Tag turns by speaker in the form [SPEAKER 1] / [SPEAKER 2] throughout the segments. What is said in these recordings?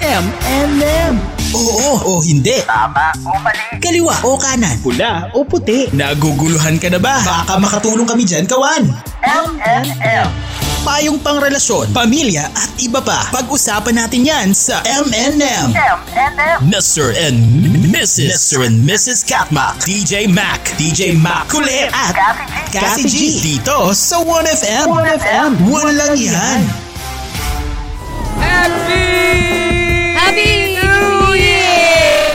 [SPEAKER 1] M and M. Oo o hindi.
[SPEAKER 2] Tama o mali.
[SPEAKER 1] Kaliwa o kanan. Pula o puti. Naguguluhan ka na ba? Baka makatulong kami dyan, kawan.
[SPEAKER 2] MNM.
[SPEAKER 1] Payong pangrelasyon, pamilya at iba pa. Pag-usapan natin yan sa M&M.
[SPEAKER 2] MNM.
[SPEAKER 1] Mr. and Mrs. Mr. and Mrs. Katma. DJ Mac. DJ Mac. Kulit at
[SPEAKER 2] Kathy G.
[SPEAKER 1] Kathy G. Dito sa 1FM. 1FM. Walang yan.
[SPEAKER 3] Happy New Year!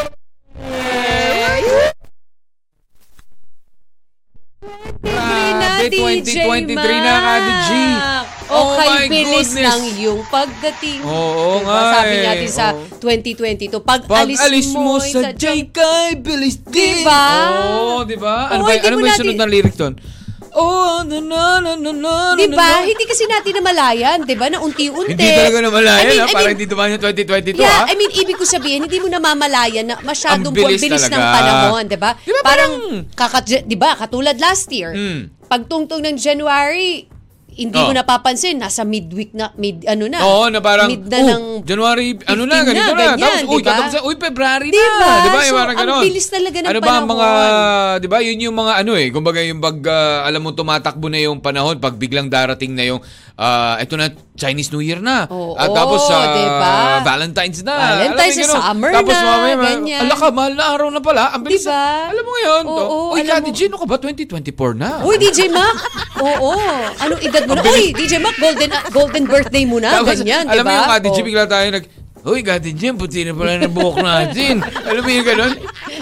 [SPEAKER 4] Grabe, 2023 na, Kati G.
[SPEAKER 3] O
[SPEAKER 4] Oh my
[SPEAKER 3] kay bilis
[SPEAKER 4] goodness.
[SPEAKER 3] ng iyong pagdating.
[SPEAKER 4] Oo
[SPEAKER 3] diba?
[SPEAKER 4] nga
[SPEAKER 3] Sabi
[SPEAKER 4] eh.
[SPEAKER 3] natin sa
[SPEAKER 4] Oo.
[SPEAKER 3] 2022, pag,
[SPEAKER 4] Pag
[SPEAKER 3] alis,
[SPEAKER 4] alis mo
[SPEAKER 3] ay
[SPEAKER 4] sa JK, bilis din.
[SPEAKER 3] Diba?
[SPEAKER 4] Oo, di ba? Ano ba,
[SPEAKER 3] Oo, Oh, hindi
[SPEAKER 4] ano
[SPEAKER 3] mo
[SPEAKER 4] ba yung
[SPEAKER 3] natin-
[SPEAKER 4] sunod na lyric doon? Oh, na na na na na na
[SPEAKER 3] Di
[SPEAKER 4] na.
[SPEAKER 3] ba? Diba? Hindi kasi natin namalayan, di ba? Na unti-unti.
[SPEAKER 4] Hindi talaga namalayan,
[SPEAKER 3] I mean,
[SPEAKER 4] ha?
[SPEAKER 3] I
[SPEAKER 4] Parang
[SPEAKER 3] mean,
[SPEAKER 4] hindi dumaan yung 2022,
[SPEAKER 3] Yeah,
[SPEAKER 4] ha?
[SPEAKER 3] I mean, ibig ko sabihin, hindi mo namamalayan na masyadong
[SPEAKER 4] ah. Ang bilis
[SPEAKER 3] po, ang bilis ng
[SPEAKER 4] talaga.
[SPEAKER 3] panahon, di ba?
[SPEAKER 4] Di ba
[SPEAKER 3] parang,
[SPEAKER 4] parang-
[SPEAKER 3] kaka, di ba, katulad last year,
[SPEAKER 4] Mm.
[SPEAKER 3] pagtungtong ng January, hindi
[SPEAKER 4] Oh.
[SPEAKER 3] mo napapansin, nasa midweek na, mid, ano na.
[SPEAKER 4] Oo, na parang,
[SPEAKER 3] mid na
[SPEAKER 4] oh,
[SPEAKER 3] ng,
[SPEAKER 4] January, ano na,
[SPEAKER 3] 15 na,
[SPEAKER 4] ganito na.
[SPEAKER 3] ganyan,
[SPEAKER 4] tapos, uy,
[SPEAKER 3] di ba?
[SPEAKER 4] tatapos na, uy, February
[SPEAKER 3] Di ba?
[SPEAKER 4] na. Di ba? Yung
[SPEAKER 3] So,
[SPEAKER 4] parang
[SPEAKER 3] ang
[SPEAKER 4] ganon.
[SPEAKER 3] bilis talaga ng
[SPEAKER 4] Ano ba ang mga,
[SPEAKER 3] panahon?
[SPEAKER 4] di ba, yun yung mga ano eh, kumbaga yung pag, ah, alam mo, tumatakbo na yung panahon, pag biglang darating na yung, ah, eto na, Chinese New Year na.
[SPEAKER 3] Oo,
[SPEAKER 4] At tapos, ah,
[SPEAKER 3] di ba?
[SPEAKER 4] Valentine's na. Alam
[SPEAKER 3] Valentine's,
[SPEAKER 4] mo, ganon.
[SPEAKER 3] summer
[SPEAKER 4] tapos,
[SPEAKER 3] na,
[SPEAKER 4] mamaya, ma-
[SPEAKER 3] ganyan.
[SPEAKER 4] Ala ka, mahal na araw na pala. Ang bilis.
[SPEAKER 3] Di ba?
[SPEAKER 4] na- Alam mo ngayon.
[SPEAKER 3] Oo,
[SPEAKER 4] to. uy,
[SPEAKER 3] alam
[SPEAKER 4] Kati
[SPEAKER 3] mo.
[SPEAKER 4] G, ano ka ba? 2024 na.
[SPEAKER 3] Uy, DJ Mac! Oo. Anong edad mo na? Uy, DJ Mac, golden ah, golden birthday mo na.
[SPEAKER 4] Tapos,
[SPEAKER 3] Ah, Ganyan, di ba? Oh.
[SPEAKER 4] alam mo yung Ate G,
[SPEAKER 3] Oo.
[SPEAKER 4] bigla tayo nag, Uy, Ate G, puti na pala ng buhok natin. alam mo yung ganun?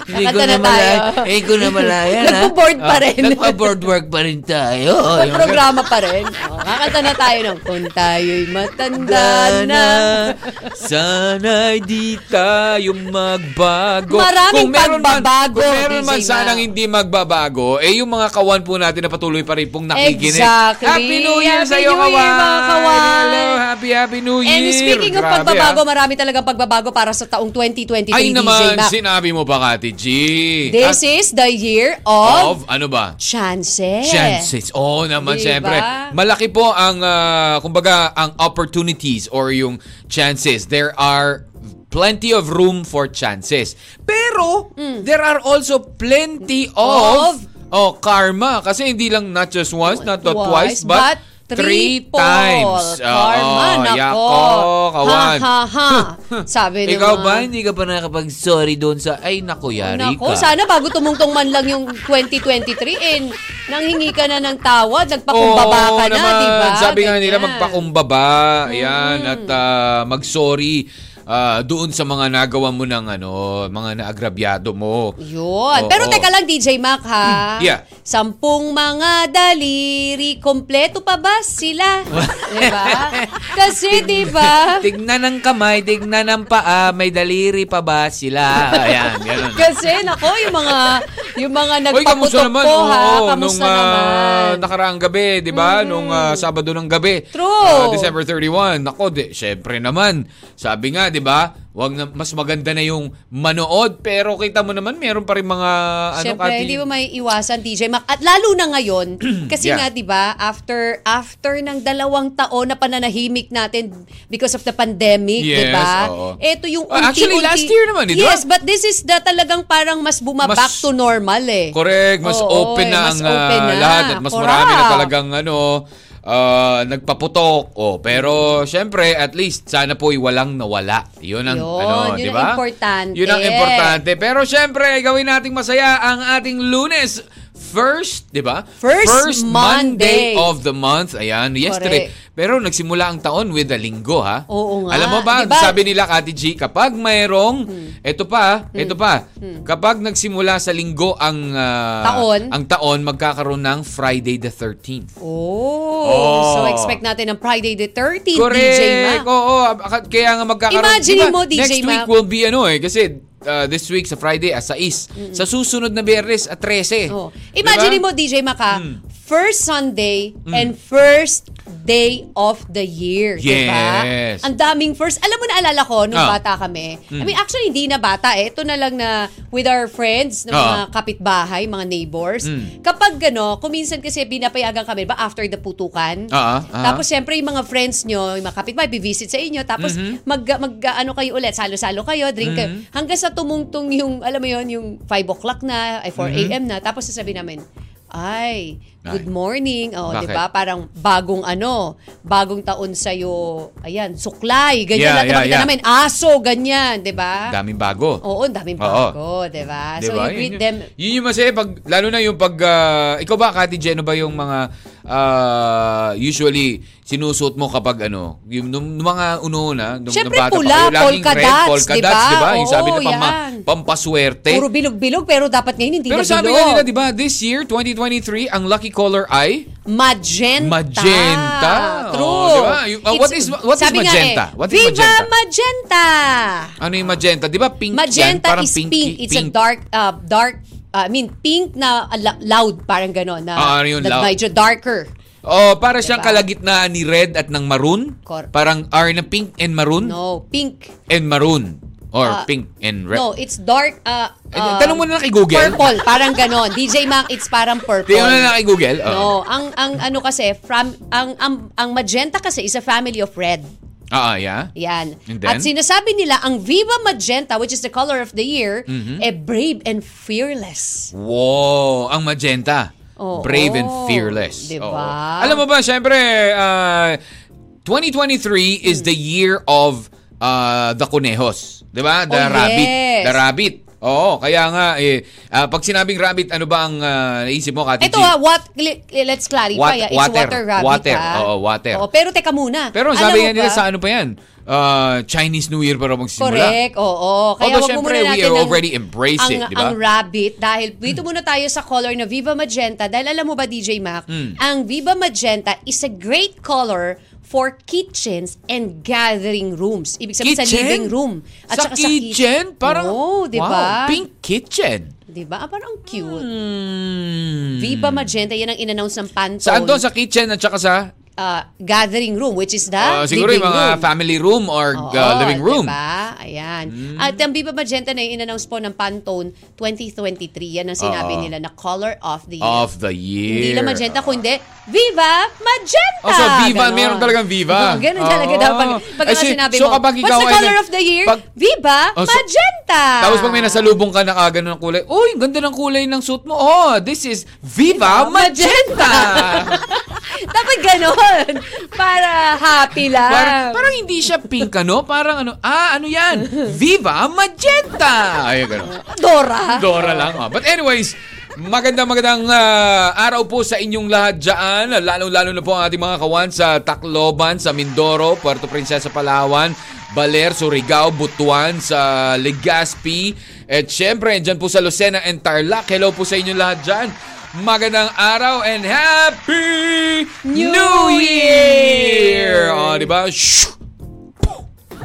[SPEAKER 4] Hindi
[SPEAKER 3] Kakanta na tayo.
[SPEAKER 4] Hindi ko na malayan, ha?
[SPEAKER 3] Nagpo-board pa
[SPEAKER 4] Ah,
[SPEAKER 3] rin.
[SPEAKER 4] Nagpa-board work pa rin tayo.
[SPEAKER 3] May programa pa rin. Oh, kakanta na tayo ng Kung tayo'y matanda na.
[SPEAKER 4] sana'y di tayo magbago.
[SPEAKER 3] Maraming
[SPEAKER 4] Kung meron man-
[SPEAKER 3] pagbabago,
[SPEAKER 4] Kung meron
[SPEAKER 3] DJ
[SPEAKER 4] man
[SPEAKER 3] Ma.
[SPEAKER 4] sanang hindi magbabago, eh yung mga kawan po natin na patuloy pa rin pong nakikinig.
[SPEAKER 3] Exactly.
[SPEAKER 4] Happy New Year
[SPEAKER 3] Happy
[SPEAKER 4] sa iyo,
[SPEAKER 3] New Year,
[SPEAKER 4] kawan.
[SPEAKER 3] mga kawan.
[SPEAKER 4] Hello, happy, happy New Year.
[SPEAKER 3] And speaking of
[SPEAKER 4] Grabe,
[SPEAKER 3] pagbabago,
[SPEAKER 4] ah.
[SPEAKER 3] marami talagang pagbabago para sa taong 2023
[SPEAKER 4] Ay
[SPEAKER 3] DJ
[SPEAKER 4] naman,
[SPEAKER 3] Mac.
[SPEAKER 4] sinabi mo pa, Kati G.
[SPEAKER 3] This
[SPEAKER 4] At-
[SPEAKER 3] is the year
[SPEAKER 4] of,
[SPEAKER 3] of,
[SPEAKER 4] ano ba?
[SPEAKER 3] chances.
[SPEAKER 4] Chances. Oo oh, naman,
[SPEAKER 3] Diba?
[SPEAKER 4] syempre. Malaki po ang, ah, kumbaga, ang opportunities or yung chances. There are plenty of room for chances. Pero, there are also plenty of,
[SPEAKER 3] Hmm. Of-
[SPEAKER 4] oh, karma. Kasi hindi lang not just once, not not twice,
[SPEAKER 3] Twice,
[SPEAKER 4] but,
[SPEAKER 3] but
[SPEAKER 4] three
[SPEAKER 3] triple.
[SPEAKER 4] times.
[SPEAKER 3] Karma,
[SPEAKER 4] Oo,
[SPEAKER 3] nako.
[SPEAKER 4] Yako, kawan.
[SPEAKER 3] Ha, ha, ha. Sabi
[SPEAKER 4] Ikaw
[SPEAKER 3] naman.
[SPEAKER 4] ba, hindi ka pa nakapag-sorry doon sa, ay, nako, yari
[SPEAKER 3] Nako,
[SPEAKER 4] ka.
[SPEAKER 3] sana bago tumungtong man lang yung 2023 and nanghingi ka na ng tawad, nagpakumbaba
[SPEAKER 4] Oo
[SPEAKER 3] ka na,
[SPEAKER 4] naman.
[SPEAKER 3] di ba?
[SPEAKER 4] Sabi nga nila,
[SPEAKER 3] Ganyan. Mm.
[SPEAKER 4] magpakumbaba. Ayan, at ah, mag-sorry ah, doon sa mga nagawa mo ng ano, mga naagrabyado mo.
[SPEAKER 3] Yun.
[SPEAKER 4] Oo. Hmm.
[SPEAKER 3] Pero teka lang, DJ Mac, ha?
[SPEAKER 4] Yeah.
[SPEAKER 3] Sampung mga daliri, kompleto pa ba sila? diba? Kasi, diba?
[SPEAKER 4] Tignan ng kamay, tignan ng paa, may daliri pa ba sila? Ayan, ganun.
[SPEAKER 3] Kasi, nako, yung mga, yung mga
[SPEAKER 4] Uy, kamusta
[SPEAKER 3] nagpaputok
[SPEAKER 4] naman?
[SPEAKER 3] po, ha?
[SPEAKER 4] Oo, nung
[SPEAKER 3] Kamusta
[SPEAKER 4] ah,
[SPEAKER 3] naman? Mm-hmm.
[SPEAKER 4] nakaraang gabi, di ba? Nung ah, Sabado ng gabi. ah,
[SPEAKER 3] True.
[SPEAKER 4] December 31. Nako, di, syempre naman. Sabi nga, di ba? Wag na, mas maganda na yung manood. Pero kita mo naman, meron pa rin mga... Ano,
[SPEAKER 3] Siyempre,
[SPEAKER 4] Kati?
[SPEAKER 3] hindi mo may iwasan, DJ Mac. At lalo na ngayon, kasi
[SPEAKER 4] Yeah.
[SPEAKER 3] nga, di ba, after, after ng dalawang taon na pananahimik natin because of the pandemic, di
[SPEAKER 4] Yes,
[SPEAKER 3] ba?
[SPEAKER 4] oo.
[SPEAKER 3] Ito yung
[SPEAKER 4] Ah,
[SPEAKER 3] unti-unti.
[SPEAKER 4] actually, last year naman, eh, di ba?
[SPEAKER 3] Yes, but this is the talagang parang mas
[SPEAKER 4] Mas-
[SPEAKER 3] bumaback to normal eh.
[SPEAKER 4] Correct, mas
[SPEAKER 3] Oo,
[SPEAKER 4] open
[SPEAKER 3] eh,
[SPEAKER 4] na
[SPEAKER 3] mas
[SPEAKER 4] ang ah,
[SPEAKER 3] open na.
[SPEAKER 4] lahat at mas
[SPEAKER 3] Correct.
[SPEAKER 4] marami na talagang ano ah, nagpaputok. Oh, pero syempre at least sana po walang nawala. 'Yun ang
[SPEAKER 3] Yun,
[SPEAKER 4] ano,
[SPEAKER 3] yun
[SPEAKER 4] 'di
[SPEAKER 3] ang
[SPEAKER 4] ba?
[SPEAKER 3] importante.
[SPEAKER 4] 'Yun ang importante. Pero syempre, gawin nating masaya ang ating Lunes. First, 'di ba?
[SPEAKER 3] First
[SPEAKER 4] Monday.
[SPEAKER 3] Monday.
[SPEAKER 4] of the month. Ayan, yesterday. Pero nagsimula ang taon with a linggo, ha?
[SPEAKER 3] Oo nga.
[SPEAKER 4] Alam mo ba,
[SPEAKER 3] Di ba?
[SPEAKER 4] sabi nila Kati G, kapag mayroong,
[SPEAKER 3] Hmm.
[SPEAKER 4] eto pa, eto pa, kapag nagsimula sa linggo ang ah,
[SPEAKER 3] Taon.
[SPEAKER 4] ang taon, magkakaroon ng Friday the 13th.
[SPEAKER 3] Oh,
[SPEAKER 4] Oo.
[SPEAKER 3] so expect natin ng Friday the 13th, DJ
[SPEAKER 4] Correct!
[SPEAKER 3] Mac.
[SPEAKER 4] Oo, ak- kaya nga magkakaroon.
[SPEAKER 3] Imagine
[SPEAKER 4] Diba,
[SPEAKER 3] mo, DJ
[SPEAKER 4] Next week
[SPEAKER 3] Mac.
[SPEAKER 4] will be ano eh, kasi ah, this week sa Friday, ah, 6. Sa susunod na biyernes, at 13.
[SPEAKER 3] Oh. Imagine
[SPEAKER 4] Diba?
[SPEAKER 3] mo, DJ Maka, first Sunday
[SPEAKER 4] Hmm.
[SPEAKER 3] and first day of the year, di ba?
[SPEAKER 4] Yes.
[SPEAKER 3] Ang daming first. Alam mo naalala ko nung
[SPEAKER 4] Ah.
[SPEAKER 3] bata kami. I mean, actually hindi na bata eh. Ito na lang na with our friends, ng mga
[SPEAKER 4] Ah. Hmm.
[SPEAKER 3] kapitbahay, mga neighbors. Kapag gano, kuminsan kasi binapayagan kami ba after the putukan.
[SPEAKER 4] Ah, ah, ah.
[SPEAKER 3] Tapos syempre yung mga friends nyo, yung mga kapitbahay, bivisit sa inyo. Tapos
[SPEAKER 4] Mhm.
[SPEAKER 3] mag, mag ano kayo ulit, salo-salo kayo, drink kayo. Hanggang sa tumungtong yung, alam mo yon yung 5 o'clock na, ay 4 a.m. na. Tapos sasabihin namin, ay, good
[SPEAKER 4] Mhm. Ay.
[SPEAKER 3] morning. Oh,
[SPEAKER 4] Bakit?
[SPEAKER 3] 'di ba? Parang bagong ano, bagong taon sa Ayan, suklay, ganyan
[SPEAKER 4] Yeah,
[SPEAKER 3] lang
[SPEAKER 4] yeah,
[SPEAKER 3] nakita
[SPEAKER 4] yeah.
[SPEAKER 3] namin. Aso, ganyan, 'di ba? Oh.
[SPEAKER 4] Daming bago.
[SPEAKER 3] Oo, ang daming
[SPEAKER 4] Oo.
[SPEAKER 3] bago, 'di ba? Ah, So
[SPEAKER 4] Diba?
[SPEAKER 3] you greet
[SPEAKER 4] yun,
[SPEAKER 3] them.
[SPEAKER 4] Yun yung masaya pag lalo na yung pag ah, ikaw ba Kati Jen, ano ba yung mga ah, usually sinusuot mo kapag ano, yung nung, nung mga unoona, nung, nung
[SPEAKER 3] Siyempre,
[SPEAKER 4] bata
[SPEAKER 3] pula,
[SPEAKER 4] pa, kayo, laging
[SPEAKER 3] polka
[SPEAKER 4] red,
[SPEAKER 3] dots,
[SPEAKER 4] polka
[SPEAKER 3] diba?
[SPEAKER 4] dots, diba? Yung sabi
[SPEAKER 3] Oo,
[SPEAKER 4] na pamma,
[SPEAKER 3] yan.
[SPEAKER 4] pampaswerte.
[SPEAKER 3] Puro bilog-bilog pero dapat ngayon hindi
[SPEAKER 4] Pero
[SPEAKER 3] na
[SPEAKER 4] sabi
[SPEAKER 3] bilog.
[SPEAKER 4] nga nila, di ba, this year, 2023, ang lucky color ay
[SPEAKER 3] Magenta.
[SPEAKER 4] Magenta.
[SPEAKER 3] True.
[SPEAKER 4] Oh, di ba? You- uh,
[SPEAKER 3] It's-
[SPEAKER 4] what is- what is
[SPEAKER 3] sabi nga
[SPEAKER 4] magenta?
[SPEAKER 3] Eh,
[SPEAKER 4] What is
[SPEAKER 3] Viva
[SPEAKER 4] magenta?
[SPEAKER 3] magenta!
[SPEAKER 4] ano yung magenta? Di ba pink yan?
[SPEAKER 3] Magenta
[SPEAKER 4] Parang
[SPEAKER 3] is pink.
[SPEAKER 4] pinky-
[SPEAKER 3] It's a dark, uh, dark, uh, I mean, pink na uh, la- loud, parang gano'n. Na,
[SPEAKER 4] Ah, ano yun,
[SPEAKER 3] na
[SPEAKER 4] loud?
[SPEAKER 3] Medyo darker.
[SPEAKER 4] Oh, para siyang
[SPEAKER 3] Diba?
[SPEAKER 4] kalagitnaan ni red at ng maroon.
[SPEAKER 3] Cor-
[SPEAKER 4] Parang are na pink and maroon
[SPEAKER 3] No, pink.
[SPEAKER 4] and maroon or
[SPEAKER 3] Ah,
[SPEAKER 4] pink and red.
[SPEAKER 3] No, it's dark. Uh,
[SPEAKER 4] Eh, tanong mo na lang kay Google.
[SPEAKER 3] Purple, parang ganon. DJ Mac, it's parang purple.
[SPEAKER 4] Tingnan mo na lang kay Google. Oh.
[SPEAKER 3] No, ang ang ano kasi from ang ang, ang magenta kasi is a family of red.
[SPEAKER 4] Ah, ah, yeah.
[SPEAKER 3] Yan.
[SPEAKER 4] And then?
[SPEAKER 3] At sinasabi nila ang Viva Magenta which is the color of the year,
[SPEAKER 4] Mm-hmm.
[SPEAKER 3] eh brave and fearless.
[SPEAKER 4] Wow, ang magenta.
[SPEAKER 3] Oo.
[SPEAKER 4] Brave and fearless.
[SPEAKER 3] Diba?
[SPEAKER 4] Oo. Alam mo ba, syempre, ah, 2023 is the year of ah, the conejos. Diba? The
[SPEAKER 3] Oh,
[SPEAKER 4] rabbit.
[SPEAKER 3] yes.
[SPEAKER 4] The rabbit. Oo, kaya nga, eh, ah, pag sinabing rabbit, ano ba ang ah, naisip mo, Kati
[SPEAKER 3] Ito
[SPEAKER 4] G?
[SPEAKER 3] ah, what li- let's
[SPEAKER 4] Wat-
[SPEAKER 3] clarify. ah, it's water,
[SPEAKER 4] water.
[SPEAKER 3] rabbit.
[SPEAKER 4] Water.
[SPEAKER 3] ah.
[SPEAKER 4] Oo, water.
[SPEAKER 3] Oo, pero teka muna.
[SPEAKER 4] Pero
[SPEAKER 3] Alam
[SPEAKER 4] sabi
[SPEAKER 3] mo
[SPEAKER 4] nga nila
[SPEAKER 3] ba?
[SPEAKER 4] sa ano pa yan, ah, Chinese New Year para magsimula.
[SPEAKER 3] Correct, oo. Kaya
[SPEAKER 4] Although,
[SPEAKER 3] wag mo
[SPEAKER 4] syempre,
[SPEAKER 3] muna
[SPEAKER 4] we
[SPEAKER 3] natin ang-
[SPEAKER 4] already embrace
[SPEAKER 3] ang,
[SPEAKER 4] it, di ba?
[SPEAKER 3] Ang rabbit, dahil dito muna tayo sa color na Viva Magenta. Dahil alam mo ba, DJ Mac,
[SPEAKER 4] Hmm.
[SPEAKER 3] ang Viva Magenta is a great color for kitchens and gathering rooms. Ibig sabihin sa
[SPEAKER 4] Kitchen?
[SPEAKER 3] living room. At
[SPEAKER 4] Sa
[SPEAKER 3] saka
[SPEAKER 4] kitchen? Parang,
[SPEAKER 3] Oo, di ba?
[SPEAKER 4] wow, pink kitchen.
[SPEAKER 3] Di ba? Ah, Parang cute.
[SPEAKER 4] Hmm.
[SPEAKER 3] Viva Magenta, yan ang in-announce ng Pantone.
[SPEAKER 4] Saan doon? Sa kitchen at saka sa
[SPEAKER 3] ah, gathering room, which is the
[SPEAKER 4] ah, siguro
[SPEAKER 3] living
[SPEAKER 4] yung mga
[SPEAKER 3] room.
[SPEAKER 4] family room or
[SPEAKER 3] Oo,
[SPEAKER 4] uh, living room. Hmm.
[SPEAKER 3] Diba? Ayan. At ang Viva Magenta na yung in-announce po ng Pantone 2023. Yan ang sinabi
[SPEAKER 4] Oo.
[SPEAKER 3] nila na color of the year.
[SPEAKER 4] Ah. Of the year.
[SPEAKER 3] Hindi lang magenta, kundi Viva Magenta!
[SPEAKER 4] Oh, so Viva,
[SPEAKER 3] Ganon.
[SPEAKER 4] meron talagang Viva.
[SPEAKER 3] Oh, ganun talaga
[SPEAKER 4] Oo.
[SPEAKER 3] dapat. Pag
[SPEAKER 4] Ay,
[SPEAKER 3] mga
[SPEAKER 4] si-
[SPEAKER 3] sinabi
[SPEAKER 4] so
[SPEAKER 3] mo,
[SPEAKER 4] kapag ikaw
[SPEAKER 3] what's the
[SPEAKER 4] ay
[SPEAKER 3] color
[SPEAKER 4] nag-
[SPEAKER 3] of the year?
[SPEAKER 4] pag-
[SPEAKER 3] Viva
[SPEAKER 4] Oh, so-
[SPEAKER 3] Magenta!
[SPEAKER 4] Tapos pag may nasalubong ka nakagano ng kulay, Uy, ganda ng kulay ng suit mo. Oh, this is Viva
[SPEAKER 3] Viva Magenta."
[SPEAKER 4] Magenta!
[SPEAKER 3] Dapat ganon. Para happy lang.
[SPEAKER 4] parang, parang hindi siya pink, ano? Parang ano, ah, ano yan? Viva Magenta! Ay, gano'n.
[SPEAKER 3] Dora.
[SPEAKER 4] Dora lang. ah. But anyways, magandang magandang ah, araw po sa inyong lahat dyan. Lalo-lalo na po ang ating mga kawan sa Tacloban, sa Mindoro, Puerto Princesa, Palawan, Baler, Surigao, Butuan, sa Legazpi. At syempre, dyan po sa Lucena and Tarlac. Hello po sa inyong lahat dyan. Magandang araw and Happy
[SPEAKER 3] New
[SPEAKER 4] New,
[SPEAKER 3] Year!
[SPEAKER 4] Year! O, di ba? Shoo!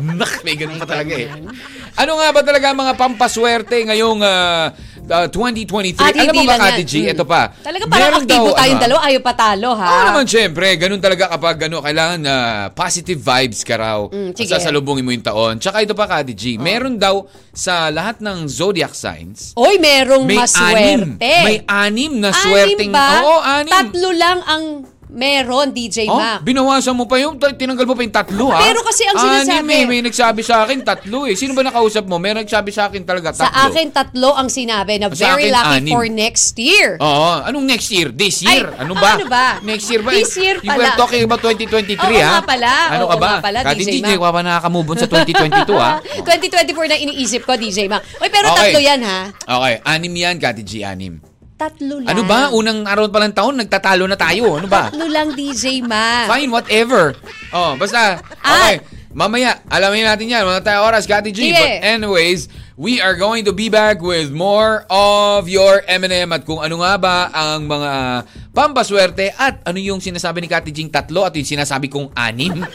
[SPEAKER 4] Nak, may ganun pa talaga eh.
[SPEAKER 3] ganun.
[SPEAKER 4] Ano nga ba talaga ang mga pampaswerte ngayong ah, ah, 2023?
[SPEAKER 3] At
[SPEAKER 4] Alam mo
[SPEAKER 3] hindi
[SPEAKER 4] ba,
[SPEAKER 3] lang
[SPEAKER 4] Kati
[SPEAKER 3] yan.
[SPEAKER 4] G,
[SPEAKER 3] Mm.
[SPEAKER 4] ito pa.
[SPEAKER 3] Talaga parang
[SPEAKER 4] meron
[SPEAKER 3] aktibo
[SPEAKER 4] daw,
[SPEAKER 3] tayong
[SPEAKER 4] ano,
[SPEAKER 3] dalawa. Ah. Ayaw patalo, ha?
[SPEAKER 4] Oo naman, syempre. Ganun talaga kapag ano, kailangan na positive vibes ka raw.
[SPEAKER 3] Mm, sige. Oh.
[SPEAKER 4] sasalubungin mo yung taon. Tsaka ito pa, Kati G, meron daw sa lahat ng zodiac signs,
[SPEAKER 3] Oy, merong
[SPEAKER 4] may anim.
[SPEAKER 3] maswerte.
[SPEAKER 4] May anim na swerteng.
[SPEAKER 3] Anim ba?
[SPEAKER 4] Oo, anim.
[SPEAKER 3] Tatlo lang ang meron, DJ
[SPEAKER 4] Oh,
[SPEAKER 3] Mac.
[SPEAKER 4] binawasan mo pa yung, tinanggal mo pa yung tatlo ha.
[SPEAKER 3] Pero kasi ang sinasabi-
[SPEAKER 4] Anim eh, may nagsabi sa akin tatlo eh. Sino ba nakausap mo? May nagsabi sa akin talaga
[SPEAKER 3] Sa
[SPEAKER 4] tatlo.
[SPEAKER 3] akin, tatlo ang sinabi na
[SPEAKER 4] Sa akin,
[SPEAKER 3] very lucky
[SPEAKER 4] anim. Oh,
[SPEAKER 3] for next year.
[SPEAKER 4] Oo. Anong next year? This year?
[SPEAKER 3] Ay,
[SPEAKER 4] ano
[SPEAKER 3] ah,
[SPEAKER 4] ba?
[SPEAKER 3] ano ba?
[SPEAKER 4] Next year ba?
[SPEAKER 3] This year
[SPEAKER 4] You were
[SPEAKER 3] pala.
[SPEAKER 4] talking about 2023
[SPEAKER 3] Oo
[SPEAKER 4] ha?
[SPEAKER 3] nga pala.
[SPEAKER 4] Ano
[SPEAKER 3] Oo
[SPEAKER 4] ka ba?
[SPEAKER 3] nga pala,
[SPEAKER 4] Kati
[SPEAKER 3] DJ
[SPEAKER 4] DJ,
[SPEAKER 3] Mac.
[SPEAKER 4] wala na move on sa 2022 ha?
[SPEAKER 3] 2024 na iniisip ko, DJ Mac. Oy, pero
[SPEAKER 4] ah. Okay.
[SPEAKER 3] tatlo yan, ha?
[SPEAKER 4] Okay, anim yan, Kati G, anim.
[SPEAKER 3] Tatlo lang.
[SPEAKER 4] Ano ba? Unang araw pa lang taon, nagtatalo na tayo. Ano ba?
[SPEAKER 3] Tatlo lang, DJ Mac.
[SPEAKER 4] Fine, whatever. Oh, basta.
[SPEAKER 3] Ah.
[SPEAKER 4] Okay. Mamaya, alamin natin yan. Mga tayo oras, Kati G.
[SPEAKER 3] Sige.
[SPEAKER 4] But anyways, we are going to be back with more of your M&M at kung ano nga ba ang mga Pampaswerte at ano yung sinasabi ni Kati Jing tatlo at yung sinasabi kong anim.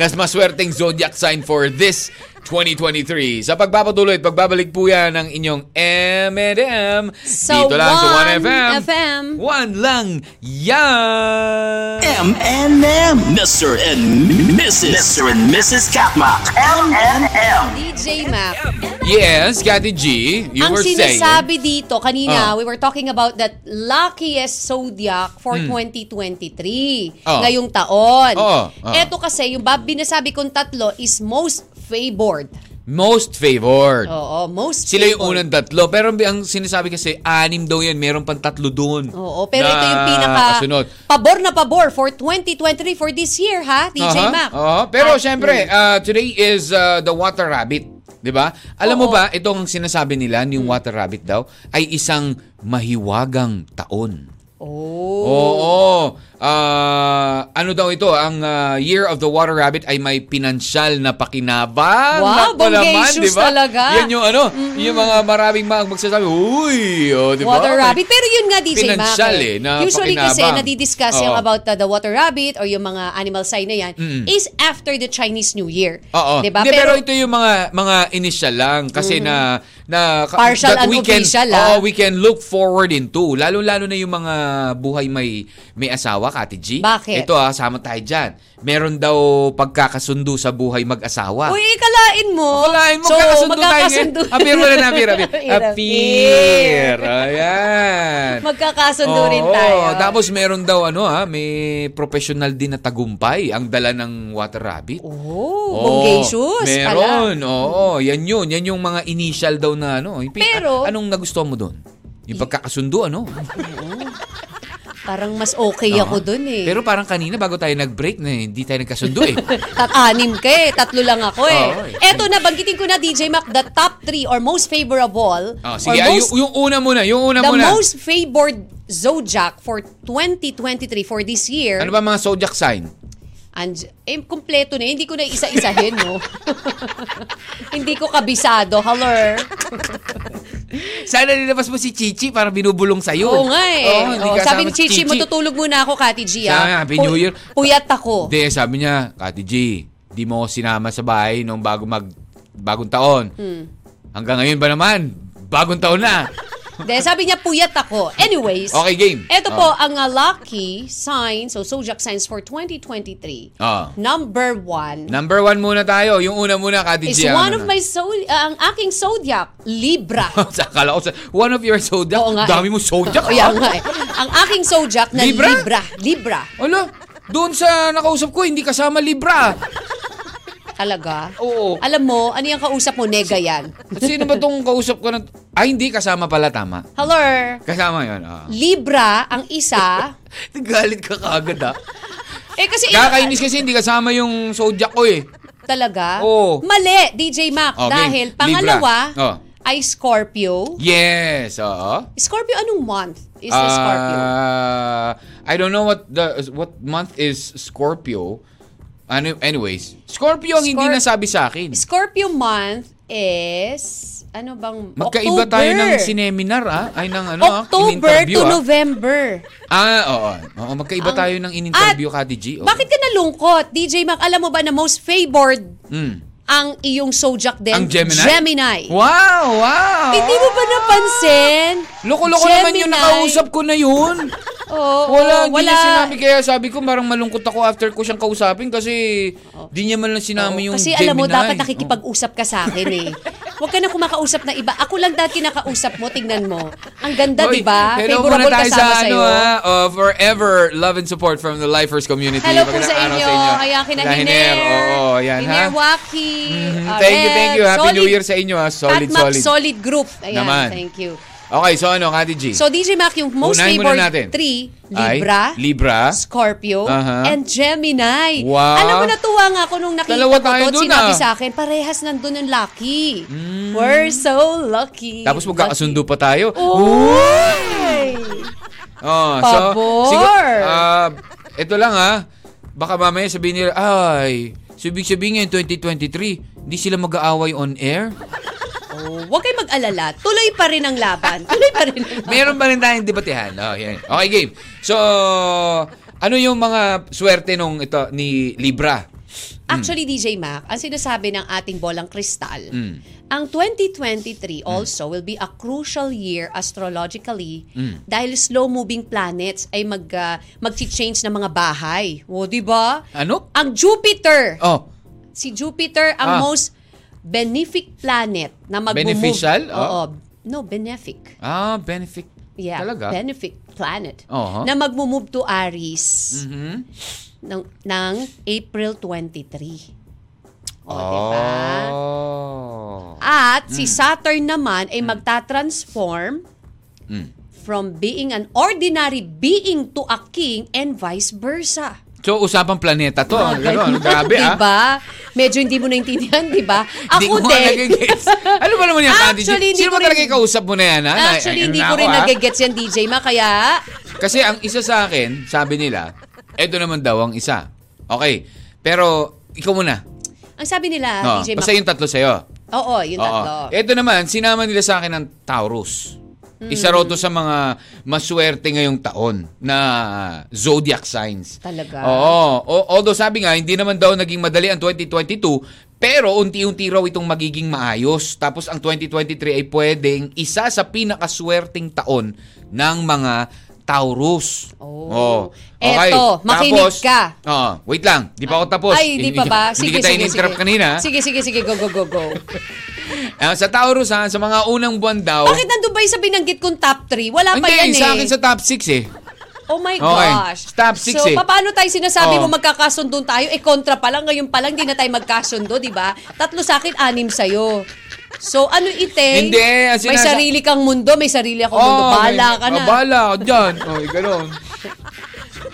[SPEAKER 4] Nas maswerteng zodiac sign for this 2023. Sa pagpapatuloy at pagbabalik po yan ng inyong M&M
[SPEAKER 3] So,
[SPEAKER 4] dito lang sa
[SPEAKER 3] 1FM.
[SPEAKER 4] 1FM. One lang yan!
[SPEAKER 1] M and M. Mr. and Mrs. Mr. and Mrs. Katmak.
[SPEAKER 2] M and M.
[SPEAKER 3] DJ Mac.
[SPEAKER 4] Yes, Kati G, you
[SPEAKER 3] ang
[SPEAKER 4] were saying.
[SPEAKER 3] sinasabi dito kanina,
[SPEAKER 4] Ah.
[SPEAKER 3] we were talking about that luckiest zodiac for
[SPEAKER 4] Hmm.
[SPEAKER 3] 2023
[SPEAKER 4] Oh.
[SPEAKER 3] ngayong taon.
[SPEAKER 4] Oo, oo.
[SPEAKER 3] Eto kasi yung bab binasabi kong tatlo is most favored.
[SPEAKER 4] Most favored.
[SPEAKER 3] Oo, most
[SPEAKER 4] Sila yung unang
[SPEAKER 3] favored.
[SPEAKER 4] tatlo. Pero ang- ang sinasabi kasi, anim daw yan. Meron pang tatlo doon.
[SPEAKER 3] Oo, pero
[SPEAKER 4] Na
[SPEAKER 3] ito yung pinaka
[SPEAKER 4] kasunod.
[SPEAKER 3] pabor na pabor for 2023 for this year ha,
[SPEAKER 4] Aha,
[SPEAKER 3] DJ Mac.
[SPEAKER 4] aha. Pero
[SPEAKER 3] At-
[SPEAKER 4] syempre, uh, today is uh, the water rabbit. 'Di ba? Alam mo
[SPEAKER 3] Oo.
[SPEAKER 4] ba, ito ang sinasabi nila, yung water rabbit daw, ay isang mahiwagang taon.
[SPEAKER 3] Oh.
[SPEAKER 4] Oo. Ah, ano daw ito? Ang ah, Year of the Water Rabbit ay may pinansyal na pakinabang.
[SPEAKER 3] Wow,
[SPEAKER 4] Nako naman,
[SPEAKER 3] bonggacious talaga.
[SPEAKER 4] Yan yung ano, yung mga maraming mga magsasabi, uy, oh, di ba?
[SPEAKER 3] Water
[SPEAKER 4] May-
[SPEAKER 3] rabbit. Pero yun nga, DJ Mac.
[SPEAKER 4] Pinansyal eh, na
[SPEAKER 3] Usually kasi,
[SPEAKER 4] pakinabang.
[SPEAKER 3] nadidiscuss
[SPEAKER 4] Oo.
[SPEAKER 3] yung about uh, the water rabbit or yung mga animal sign na yan is after the Chinese New Year.
[SPEAKER 4] Oo.
[SPEAKER 3] Diba?
[SPEAKER 4] Hindi, pero, ito yung mga mga initial lang kasi na na ka-
[SPEAKER 3] Partial
[SPEAKER 4] that
[SPEAKER 3] and
[SPEAKER 4] we can,
[SPEAKER 3] official,
[SPEAKER 4] oo,
[SPEAKER 3] ah.
[SPEAKER 4] we can look forward into. Lalo-lalo na yung mga buhay may may asawa, Kati G.
[SPEAKER 3] Bakit?
[SPEAKER 4] Ito ah, sama tayo diyan. Meron daw pagkakasundo sa buhay mag-asawa.
[SPEAKER 3] Uy, ikalain mo.
[SPEAKER 4] Akalain mo,
[SPEAKER 3] so,
[SPEAKER 4] kakasundo tayo ngayon.
[SPEAKER 3] magkakasundo-
[SPEAKER 4] Appear mo na, appear, appear. Appear. Ayan.
[SPEAKER 3] Magkakasundo rin
[SPEAKER 4] Oo,
[SPEAKER 3] tayo.
[SPEAKER 4] Tapos meron daw ano ha, may professional din na tagumpay ang dala ng water rabbit.
[SPEAKER 3] Oh,
[SPEAKER 4] Oo,
[SPEAKER 3] bonggacious.
[SPEAKER 4] Meron. Oo, yan yun. Yan yung mga initial daw na ano. Yung pi-
[SPEAKER 3] Pero-
[SPEAKER 4] a-
[SPEAKER 3] Eh.
[SPEAKER 4] anong nagustuhan mo doon? Yung pagkakasundo, ano?
[SPEAKER 3] Ala, Parang mas okay ako dun eh.
[SPEAKER 4] Ah. Pero parang kanina, bago tayo nag-break, na hindi tayo nagkasundo eh.
[SPEAKER 3] Tat-anim ka eh. Tatlo lang ako eh.
[SPEAKER 4] Oo, eh.
[SPEAKER 3] Eto na, banggitin ko na DJ Mac, the top three or most favorable
[SPEAKER 4] Oh, sige, ay,
[SPEAKER 3] or most
[SPEAKER 4] yung, yung una muna. Yung una
[SPEAKER 3] the
[SPEAKER 4] muna.
[SPEAKER 3] most favored zodiac for 2023 for this year
[SPEAKER 4] Ano ba mga zodiac sign?
[SPEAKER 3] and eh, kumpleto na yun. hindi ko na isa-isahin no hindi ko kabisado hello
[SPEAKER 4] Sana nilabas mo si Chichi para binubulong sa'yo.
[SPEAKER 3] oo nga eh
[SPEAKER 4] Oo, hindi
[SPEAKER 3] Oo,
[SPEAKER 4] kasama
[SPEAKER 3] sabi ni
[SPEAKER 4] si
[SPEAKER 3] Chichi matutulog muna ako Kati G ah.
[SPEAKER 4] Sabi niya, Happy New
[SPEAKER 3] Pu-
[SPEAKER 4] Year.
[SPEAKER 3] puyat ako
[SPEAKER 4] Hindi, sabi niya, Kati G, di mo ako sinama sa bahay nung bago mag, bagong taon.
[SPEAKER 3] Hmm.
[SPEAKER 4] Hanggang ngayon ba naman? Bagong taon na.
[SPEAKER 3] De, sabi niya puyat ako anyways
[SPEAKER 4] Okay, game.
[SPEAKER 3] Ito
[SPEAKER 4] Oh.
[SPEAKER 3] po ang uh, lucky sign, so zodiac signs for 2023.
[SPEAKER 4] Ah.
[SPEAKER 3] Number one
[SPEAKER 4] Number one muna tayo. Yung una muna, Kati
[SPEAKER 3] is
[SPEAKER 4] G. ano
[SPEAKER 3] one of
[SPEAKER 4] na?
[SPEAKER 3] my, so- uh, ang aking zodiac, Libra.
[SPEAKER 4] Sa- Akala ko sa, one of your zodiac.
[SPEAKER 3] Oo nga eh.
[SPEAKER 4] Dami mo zodiac.
[SPEAKER 3] O
[SPEAKER 4] ah.
[SPEAKER 3] yan nga eh. Ang aking zodiac na
[SPEAKER 4] Libra?
[SPEAKER 3] Libra. Libra.
[SPEAKER 4] Ala, doon sa nakausap ko, hindi kasama Libra.
[SPEAKER 3] Talaga?
[SPEAKER 4] Oo.
[SPEAKER 3] Alam mo, ano yung kausap mo? Nega yan.
[SPEAKER 4] At sino ba tong kausap ko na... Ay, hindi, kasama pala, tama.
[SPEAKER 3] Hello?
[SPEAKER 4] Kasama yun. ah.
[SPEAKER 3] Libra, ang isa.
[SPEAKER 4] Nagalit ka kaagad, ah.
[SPEAKER 3] Eh kasi...
[SPEAKER 4] Kakainis kasi hindi kasama yung zodiac ko, eh.
[SPEAKER 3] Talaga?
[SPEAKER 4] Oo.
[SPEAKER 3] Mali, DJ Mac.
[SPEAKER 4] Okay.
[SPEAKER 3] Dahil
[SPEAKER 4] Oh, Libra.
[SPEAKER 3] pangalawa
[SPEAKER 4] Oh.
[SPEAKER 3] ay Scorpio.
[SPEAKER 4] Yes, oo.
[SPEAKER 3] Scorpio, anong month is the Scorpio?
[SPEAKER 4] Ah, I don't know what the what month is Scorpio. Ano, anyways, Scorpio ang hindi
[SPEAKER 3] Scor-
[SPEAKER 4] nasabi sa akin.
[SPEAKER 3] Scorpio month is... Ano bang...
[SPEAKER 4] Magkaiba
[SPEAKER 3] October.
[SPEAKER 4] tayo ng sineminar, ah. Ay, ng ano, ah,
[SPEAKER 3] October
[SPEAKER 4] in-interview,
[SPEAKER 3] to
[SPEAKER 4] ah.
[SPEAKER 3] November.
[SPEAKER 4] Ah, oo. oo magkaiba
[SPEAKER 3] Ang-
[SPEAKER 4] tayo ng in-interview,
[SPEAKER 3] At,
[SPEAKER 4] Kati G. Oo.
[SPEAKER 3] Bakit ka nalungkot? DJ Mac, alam mo ba na most favored
[SPEAKER 4] Mm.
[SPEAKER 3] ang iyong zodiac din?
[SPEAKER 4] Ang Gemini?
[SPEAKER 3] Gemini.
[SPEAKER 4] Wow, wow.
[SPEAKER 3] Hindi mo ba napansin?
[SPEAKER 4] Loko-loko
[SPEAKER 3] Gemini.
[SPEAKER 4] naman yung nakausap ko na yun.
[SPEAKER 3] Oo,
[SPEAKER 4] Wala,
[SPEAKER 3] oo,
[SPEAKER 4] hindi niya sinabi. Kaya sabi ko, parang malungkot ako after ko siyang kausapin kasi di niya man lang
[SPEAKER 3] Oo,
[SPEAKER 4] sinama yung
[SPEAKER 3] Kasi
[SPEAKER 4] Gemini.
[SPEAKER 3] alam mo, dapat
[SPEAKER 4] Oo.
[SPEAKER 3] nakikipag-usap ka sa akin eh. Huwag ka na kumakausap na iba. Ako lang dati kinakausap mo, tingnan mo. Ang ganda, diba?
[SPEAKER 4] Hoy,
[SPEAKER 3] di ba?
[SPEAKER 4] Hello muna
[SPEAKER 3] Favorable
[SPEAKER 4] tayo
[SPEAKER 3] kasama
[SPEAKER 4] sa ano
[SPEAKER 3] sa'yo.
[SPEAKER 4] ha, uh, forever love and support from the Lifers community.
[SPEAKER 3] Hello po sa
[SPEAKER 4] Magandang araw
[SPEAKER 3] inyo. Ayan, kina
[SPEAKER 4] Kila
[SPEAKER 3] Hiner.
[SPEAKER 4] Oo, ayan ha.
[SPEAKER 3] Hiner Ah, Waki.
[SPEAKER 4] Mhm. Thank you, thank you. Happy New Year sa inyo, ha. Solid,
[SPEAKER 3] Mac,
[SPEAKER 4] solid.
[SPEAKER 3] solid group. Ayan,
[SPEAKER 4] Naman.
[SPEAKER 3] thank you.
[SPEAKER 4] Okay, so ano, Kati G?
[SPEAKER 3] So DJ Mac, yung most
[SPEAKER 4] Unahin muna
[SPEAKER 3] favored
[SPEAKER 4] natin.
[SPEAKER 3] three,
[SPEAKER 4] Ay,
[SPEAKER 3] Libra,
[SPEAKER 4] Libra.
[SPEAKER 3] Scorpio,
[SPEAKER 4] Aha.
[SPEAKER 3] and Gemini.
[SPEAKER 4] Wow.
[SPEAKER 3] Alam mo, natuwa nga ako nung nakita
[SPEAKER 4] Dalawa
[SPEAKER 3] ko
[SPEAKER 4] tayo
[SPEAKER 3] to, at
[SPEAKER 4] dun,
[SPEAKER 3] sinabi
[SPEAKER 4] ah. Hmm.
[SPEAKER 3] sa akin, parehas nandun yung lucky. We're so lucky.
[SPEAKER 4] Tapos magkakasundo pa tayo.
[SPEAKER 3] Oh, Uy!
[SPEAKER 4] Oh,
[SPEAKER 3] Pabor!
[SPEAKER 4] So, siguro, ah, ito lang ha. Baka mamaya sabihin nila, ay, so ibig sabihin ngayon 2023, hindi sila mag-aaway on air?
[SPEAKER 3] Oo Oo, Oh, huwag kayong mag-alala. Tuloy pa rin ang laban. Tuloy pa rin ang laban.
[SPEAKER 4] Meron pa rin tayong debatehan. Oh, yan. Okay, game. So, ano yung mga swerte nung ito ni Libra? Mm.
[SPEAKER 3] Actually, DJ Mac, ang sinasabi ng ating bolang kristal,
[SPEAKER 4] Mm.
[SPEAKER 3] ang 2023 also will be a crucial year astrologically
[SPEAKER 4] Mm.
[SPEAKER 3] dahil slow-moving planets ay mag, ah, mag-change ng mga bahay. O, di ba?
[SPEAKER 4] Ano?
[SPEAKER 3] Ang Jupiter,
[SPEAKER 4] Oh,
[SPEAKER 3] si Jupiter
[SPEAKER 4] Ah.
[SPEAKER 3] ang most benefic planet na mag
[SPEAKER 4] Beneficial?
[SPEAKER 3] Oo.
[SPEAKER 4] Oh.
[SPEAKER 3] No, benefic.
[SPEAKER 4] ah, benefit.
[SPEAKER 3] Yeah,
[SPEAKER 4] Talaga? Uh-huh.
[SPEAKER 3] benefic planet
[SPEAKER 4] Oo.
[SPEAKER 3] na magmumove to Aries
[SPEAKER 4] Mhm.
[SPEAKER 3] ng, ng April 23. O,
[SPEAKER 4] Ah.
[SPEAKER 3] di ba?
[SPEAKER 4] Oh.
[SPEAKER 3] At si Saturn naman
[SPEAKER 4] Hmm.
[SPEAKER 3] ay magta-transform from being an ordinary being to a king and vice versa.
[SPEAKER 4] So, usapang planeta to.
[SPEAKER 3] Mga
[SPEAKER 4] Ganun,
[SPEAKER 3] ganun.
[SPEAKER 4] grabe ah.
[SPEAKER 3] diba? Medyo hindi mo naintindihan, di ba?
[SPEAKER 4] Hindi ko
[SPEAKER 3] Ako
[SPEAKER 4] nga
[SPEAKER 3] din.
[SPEAKER 4] nagigets. ano ba naman yung
[SPEAKER 3] Actually,
[SPEAKER 4] strategy?
[SPEAKER 3] hindi
[SPEAKER 4] Sino
[SPEAKER 3] ko
[SPEAKER 4] ba talaga
[SPEAKER 3] rin-
[SPEAKER 4] yung kausap mo na yan? Ha? Na-
[SPEAKER 3] Actually,
[SPEAKER 4] ayun
[SPEAKER 3] hindi
[SPEAKER 4] na
[SPEAKER 3] ko
[SPEAKER 4] ako, ah.
[SPEAKER 3] rin
[SPEAKER 4] ha?
[SPEAKER 3] nagigets yan, DJ Ma. Kaya,
[SPEAKER 4] Kasi ang isa sa akin, sabi nila, eto naman daw ang isa. Okay. Pero, ikaw muna.
[SPEAKER 3] ang sabi nila,
[SPEAKER 4] No,
[SPEAKER 3] DJ Ma.
[SPEAKER 4] basta yung tatlo sa'yo.
[SPEAKER 3] Oo, yung
[SPEAKER 4] Ah, Oo.
[SPEAKER 3] tatlo.
[SPEAKER 4] Ito naman, sinama nila sa akin ng Taurus.
[SPEAKER 3] Hmm.
[SPEAKER 4] Isa raw to sa mga maswerte ngayong taon na zodiac signs.
[SPEAKER 3] Talaga?
[SPEAKER 4] Oo. O- although sabi nga, hindi naman daw naging madali ang 2022, pero unti-unti raw itong magiging maayos. Tapos ang 2023 ay pwedeng isa sa pinakaswerting taon ng mga Taurus.
[SPEAKER 3] Oh.
[SPEAKER 4] Oo.
[SPEAKER 3] Eto, makinig
[SPEAKER 4] Tapos-
[SPEAKER 3] ka. Ah.
[SPEAKER 4] Oo. wait lang, di pa ako Eh, tapos.
[SPEAKER 3] Ay, di pa ba? Sige,
[SPEAKER 4] hindi kita
[SPEAKER 3] sige, sige.
[SPEAKER 4] in-interrupt kanina.
[SPEAKER 3] Sige, sige, sige. Go, go, go, go.
[SPEAKER 4] Ah, sa Taurus ha, sa mga unang buwan daw.
[SPEAKER 3] Bakit nandun ba yung sa binanggit kong top 3? Wala pa
[SPEAKER 4] Hindi,
[SPEAKER 3] yan eh.
[SPEAKER 4] sa akin sa top 6 eh.
[SPEAKER 3] Oh my
[SPEAKER 4] Okay.
[SPEAKER 3] gosh.
[SPEAKER 4] Top six
[SPEAKER 3] so,
[SPEAKER 4] eh.
[SPEAKER 3] paano tayo sinasabi
[SPEAKER 4] Oh.
[SPEAKER 3] mo magkakasundo tayo? Eh, kontra pa lang. Ngayon pa lang, di na tayo magkasundo, di ba? Tatlo sa akin, anim sa'yo. So, ano ite?
[SPEAKER 4] Hindi, ang
[SPEAKER 3] May
[SPEAKER 4] sinasa-
[SPEAKER 3] sarili kang mundo, may sarili akong mundo. Bahala
[SPEAKER 4] may-
[SPEAKER 3] ka na.
[SPEAKER 4] Ah, bahala ka dyan. Oh, ganun.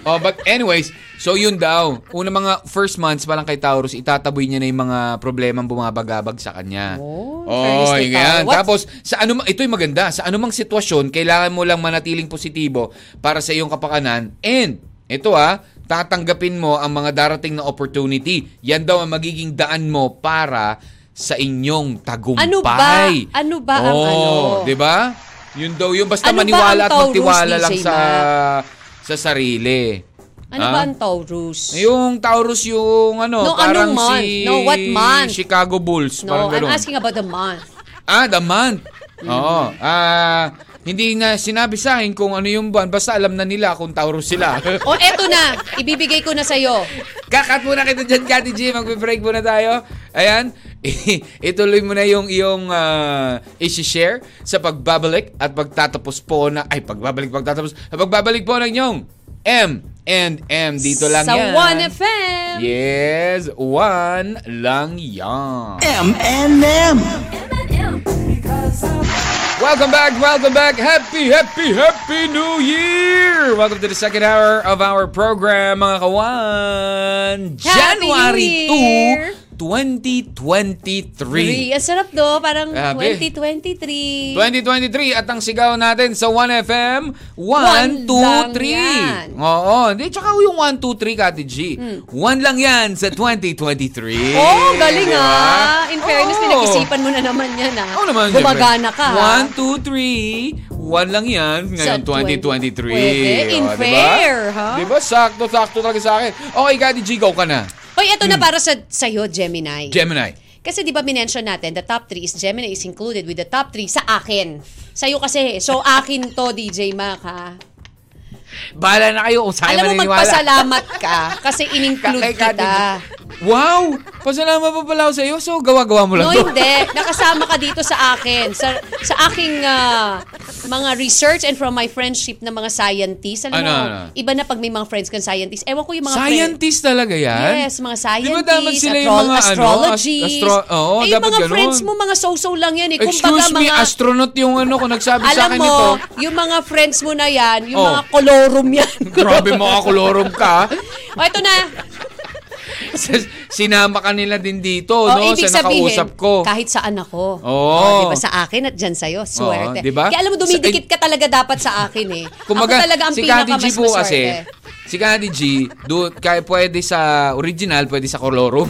[SPEAKER 4] oh, but anyways, so yun daw. Una mga first months pa lang kay Taurus, itataboy niya na yung mga problemang bumabagabag sa kanya.
[SPEAKER 3] Oh,
[SPEAKER 4] oh
[SPEAKER 3] fairness kay
[SPEAKER 4] yan.
[SPEAKER 3] Taurus.
[SPEAKER 4] Tapos, sa ano, ito'y maganda. Sa anumang sitwasyon, kailangan mo lang manatiling positibo para sa iyong kapakanan. And, ito ah, tatanggapin mo ang mga darating na opportunity. Yan daw ang magiging daan mo para sa inyong tagumpay.
[SPEAKER 3] Ano ba? Ano ba ang
[SPEAKER 4] oh,
[SPEAKER 3] ano?
[SPEAKER 4] Di ba? Yun daw yun. Basta
[SPEAKER 3] Ano ba
[SPEAKER 4] maniwala at
[SPEAKER 3] ang Taurus,
[SPEAKER 4] magtiwala
[SPEAKER 3] DJ
[SPEAKER 4] lang sa sa sarili.
[SPEAKER 3] Ano
[SPEAKER 4] Ah?
[SPEAKER 3] ba ang Taurus?
[SPEAKER 4] Yung Taurus yung ano,
[SPEAKER 3] No,
[SPEAKER 4] parang
[SPEAKER 3] anong month?
[SPEAKER 4] si
[SPEAKER 3] No, what month?
[SPEAKER 4] Chicago Bulls.
[SPEAKER 3] no,
[SPEAKER 4] parang
[SPEAKER 3] I'm
[SPEAKER 4] ganun.
[SPEAKER 3] asking Mm. about the month.
[SPEAKER 4] Ah, the month. Oo. Ah, hindi na sinabi sa akin kung ano yung buwan. Basta alam na nila kung Taurus sila.
[SPEAKER 3] O, Oh, eto na. Ibibigay ko na sa'yo.
[SPEAKER 4] Kakat muna kita dyan, Kati G. Magbe-break muna tayo. Ayan. Ituloy mo na yung iyong ah, isi-share sa pagbabalik at pagtatapos po na... Ay, pagbabalik, pagtatapos. Sa pagbabalik po ng iyong M and M. Dito lang
[SPEAKER 3] Sa
[SPEAKER 4] yan.
[SPEAKER 3] 1FM.
[SPEAKER 4] Yes, one lang yan.
[SPEAKER 1] M and M.
[SPEAKER 4] Welcome back, welcome back. Happy, happy, happy New Year! Welcome to the second hour of our program, mga kawan.
[SPEAKER 3] Happy
[SPEAKER 4] January
[SPEAKER 3] New Year!
[SPEAKER 4] 2, 2023.
[SPEAKER 3] Three. Ang sarap do. Parang
[SPEAKER 4] Grabe.
[SPEAKER 3] 2023.
[SPEAKER 4] 2023 at ang sigaw natin sa 1FM, 1, 2,
[SPEAKER 3] lang
[SPEAKER 4] 3.
[SPEAKER 3] yan. Hmm.
[SPEAKER 4] Oo, hindi. Tsaka yung 1, 2, 3, Kati G. 1 lang yan sa 2023.
[SPEAKER 3] Oh, galing
[SPEAKER 4] Di ba?
[SPEAKER 3] ah. In fairness,
[SPEAKER 4] Oo.
[SPEAKER 3] pinag-isipan mo na naman yan ah.
[SPEAKER 4] Oo naman, syempre.
[SPEAKER 3] Gumagana ka. ah.
[SPEAKER 4] One, two, three. One lang yan. Ngayon,
[SPEAKER 3] Sa
[SPEAKER 4] 2023.
[SPEAKER 3] Pwede. In
[SPEAKER 4] O, diba?
[SPEAKER 3] fair, ha?
[SPEAKER 4] Diba? Sakto, sakto talaga sa akin. Okay, Kati G, go ka na.
[SPEAKER 3] Hoy, ito
[SPEAKER 4] Hmm.
[SPEAKER 3] na para sa sa'yo, Gemini.
[SPEAKER 4] Gemini.
[SPEAKER 3] kasi di ba minention natin, the top 3 is Gemini is included with the top 3 sa akin. Sa'yo kasi. eh. So, akin to, DJ Mac, ha?
[SPEAKER 4] Bahala na kayo kung sa akin
[SPEAKER 3] Alam mo,
[SPEAKER 4] maniniwala.
[SPEAKER 3] magpasalamat ka kasi in-include
[SPEAKER 4] Kay Kati G.
[SPEAKER 3] kita.
[SPEAKER 4] Wow! Pasalamat pa pala ako sa'yo. So, gawa-gawa mo lang
[SPEAKER 3] No,
[SPEAKER 4] to.
[SPEAKER 3] hindi. Nakasama ka dito sa akin. Sa, sa aking ah, mga research and from my friendship na mga scientists. Alam
[SPEAKER 4] Ano,
[SPEAKER 3] mo,
[SPEAKER 4] ano?
[SPEAKER 3] iba na pag may mga friends kang scientists. Ewan ko yung mga friends.
[SPEAKER 4] Scientist talaga yan?
[SPEAKER 3] Yes, mga
[SPEAKER 4] Di
[SPEAKER 3] scientists,
[SPEAKER 4] ba dapat sila yung
[SPEAKER 3] astrol-
[SPEAKER 4] mga
[SPEAKER 3] astrology.
[SPEAKER 4] Ano, astro oo,
[SPEAKER 3] eh, yung
[SPEAKER 4] dapat
[SPEAKER 3] mga
[SPEAKER 4] ganun.
[SPEAKER 3] friends mo, mga so-so lang yan eh. Kumbaga,
[SPEAKER 4] Excuse me,
[SPEAKER 3] mga,
[SPEAKER 4] astronaut yung ano ko nagsabi sa
[SPEAKER 3] alam
[SPEAKER 4] akin
[SPEAKER 3] mo,
[SPEAKER 4] nito.
[SPEAKER 3] yung mga friends mo na yan, yung
[SPEAKER 4] Oh.
[SPEAKER 3] mga kolorum yan. Oh,
[SPEAKER 4] Grabe mga kolorom ka.
[SPEAKER 3] o, ito na.
[SPEAKER 4] sa, sinama ka nila din dito,
[SPEAKER 3] O,
[SPEAKER 4] no?
[SPEAKER 3] Oh, ibig
[SPEAKER 4] sa
[SPEAKER 3] sabihin,
[SPEAKER 4] nakausap ko.
[SPEAKER 3] kahit saan ako.
[SPEAKER 4] Oo.
[SPEAKER 3] O, di ba? Sa akin at dyan sa'yo. Swerte.
[SPEAKER 4] di ba?
[SPEAKER 3] Kaya alam mo, dumidikit ka talaga dapat sa akin eh.
[SPEAKER 4] Kumaga,
[SPEAKER 3] ako talaga ang
[SPEAKER 4] si Kati G eh.
[SPEAKER 3] pinakamas
[SPEAKER 4] po
[SPEAKER 3] maswerte.
[SPEAKER 4] kasi, si Kati G, do, kaya pwede sa original, pwede sa kolorum.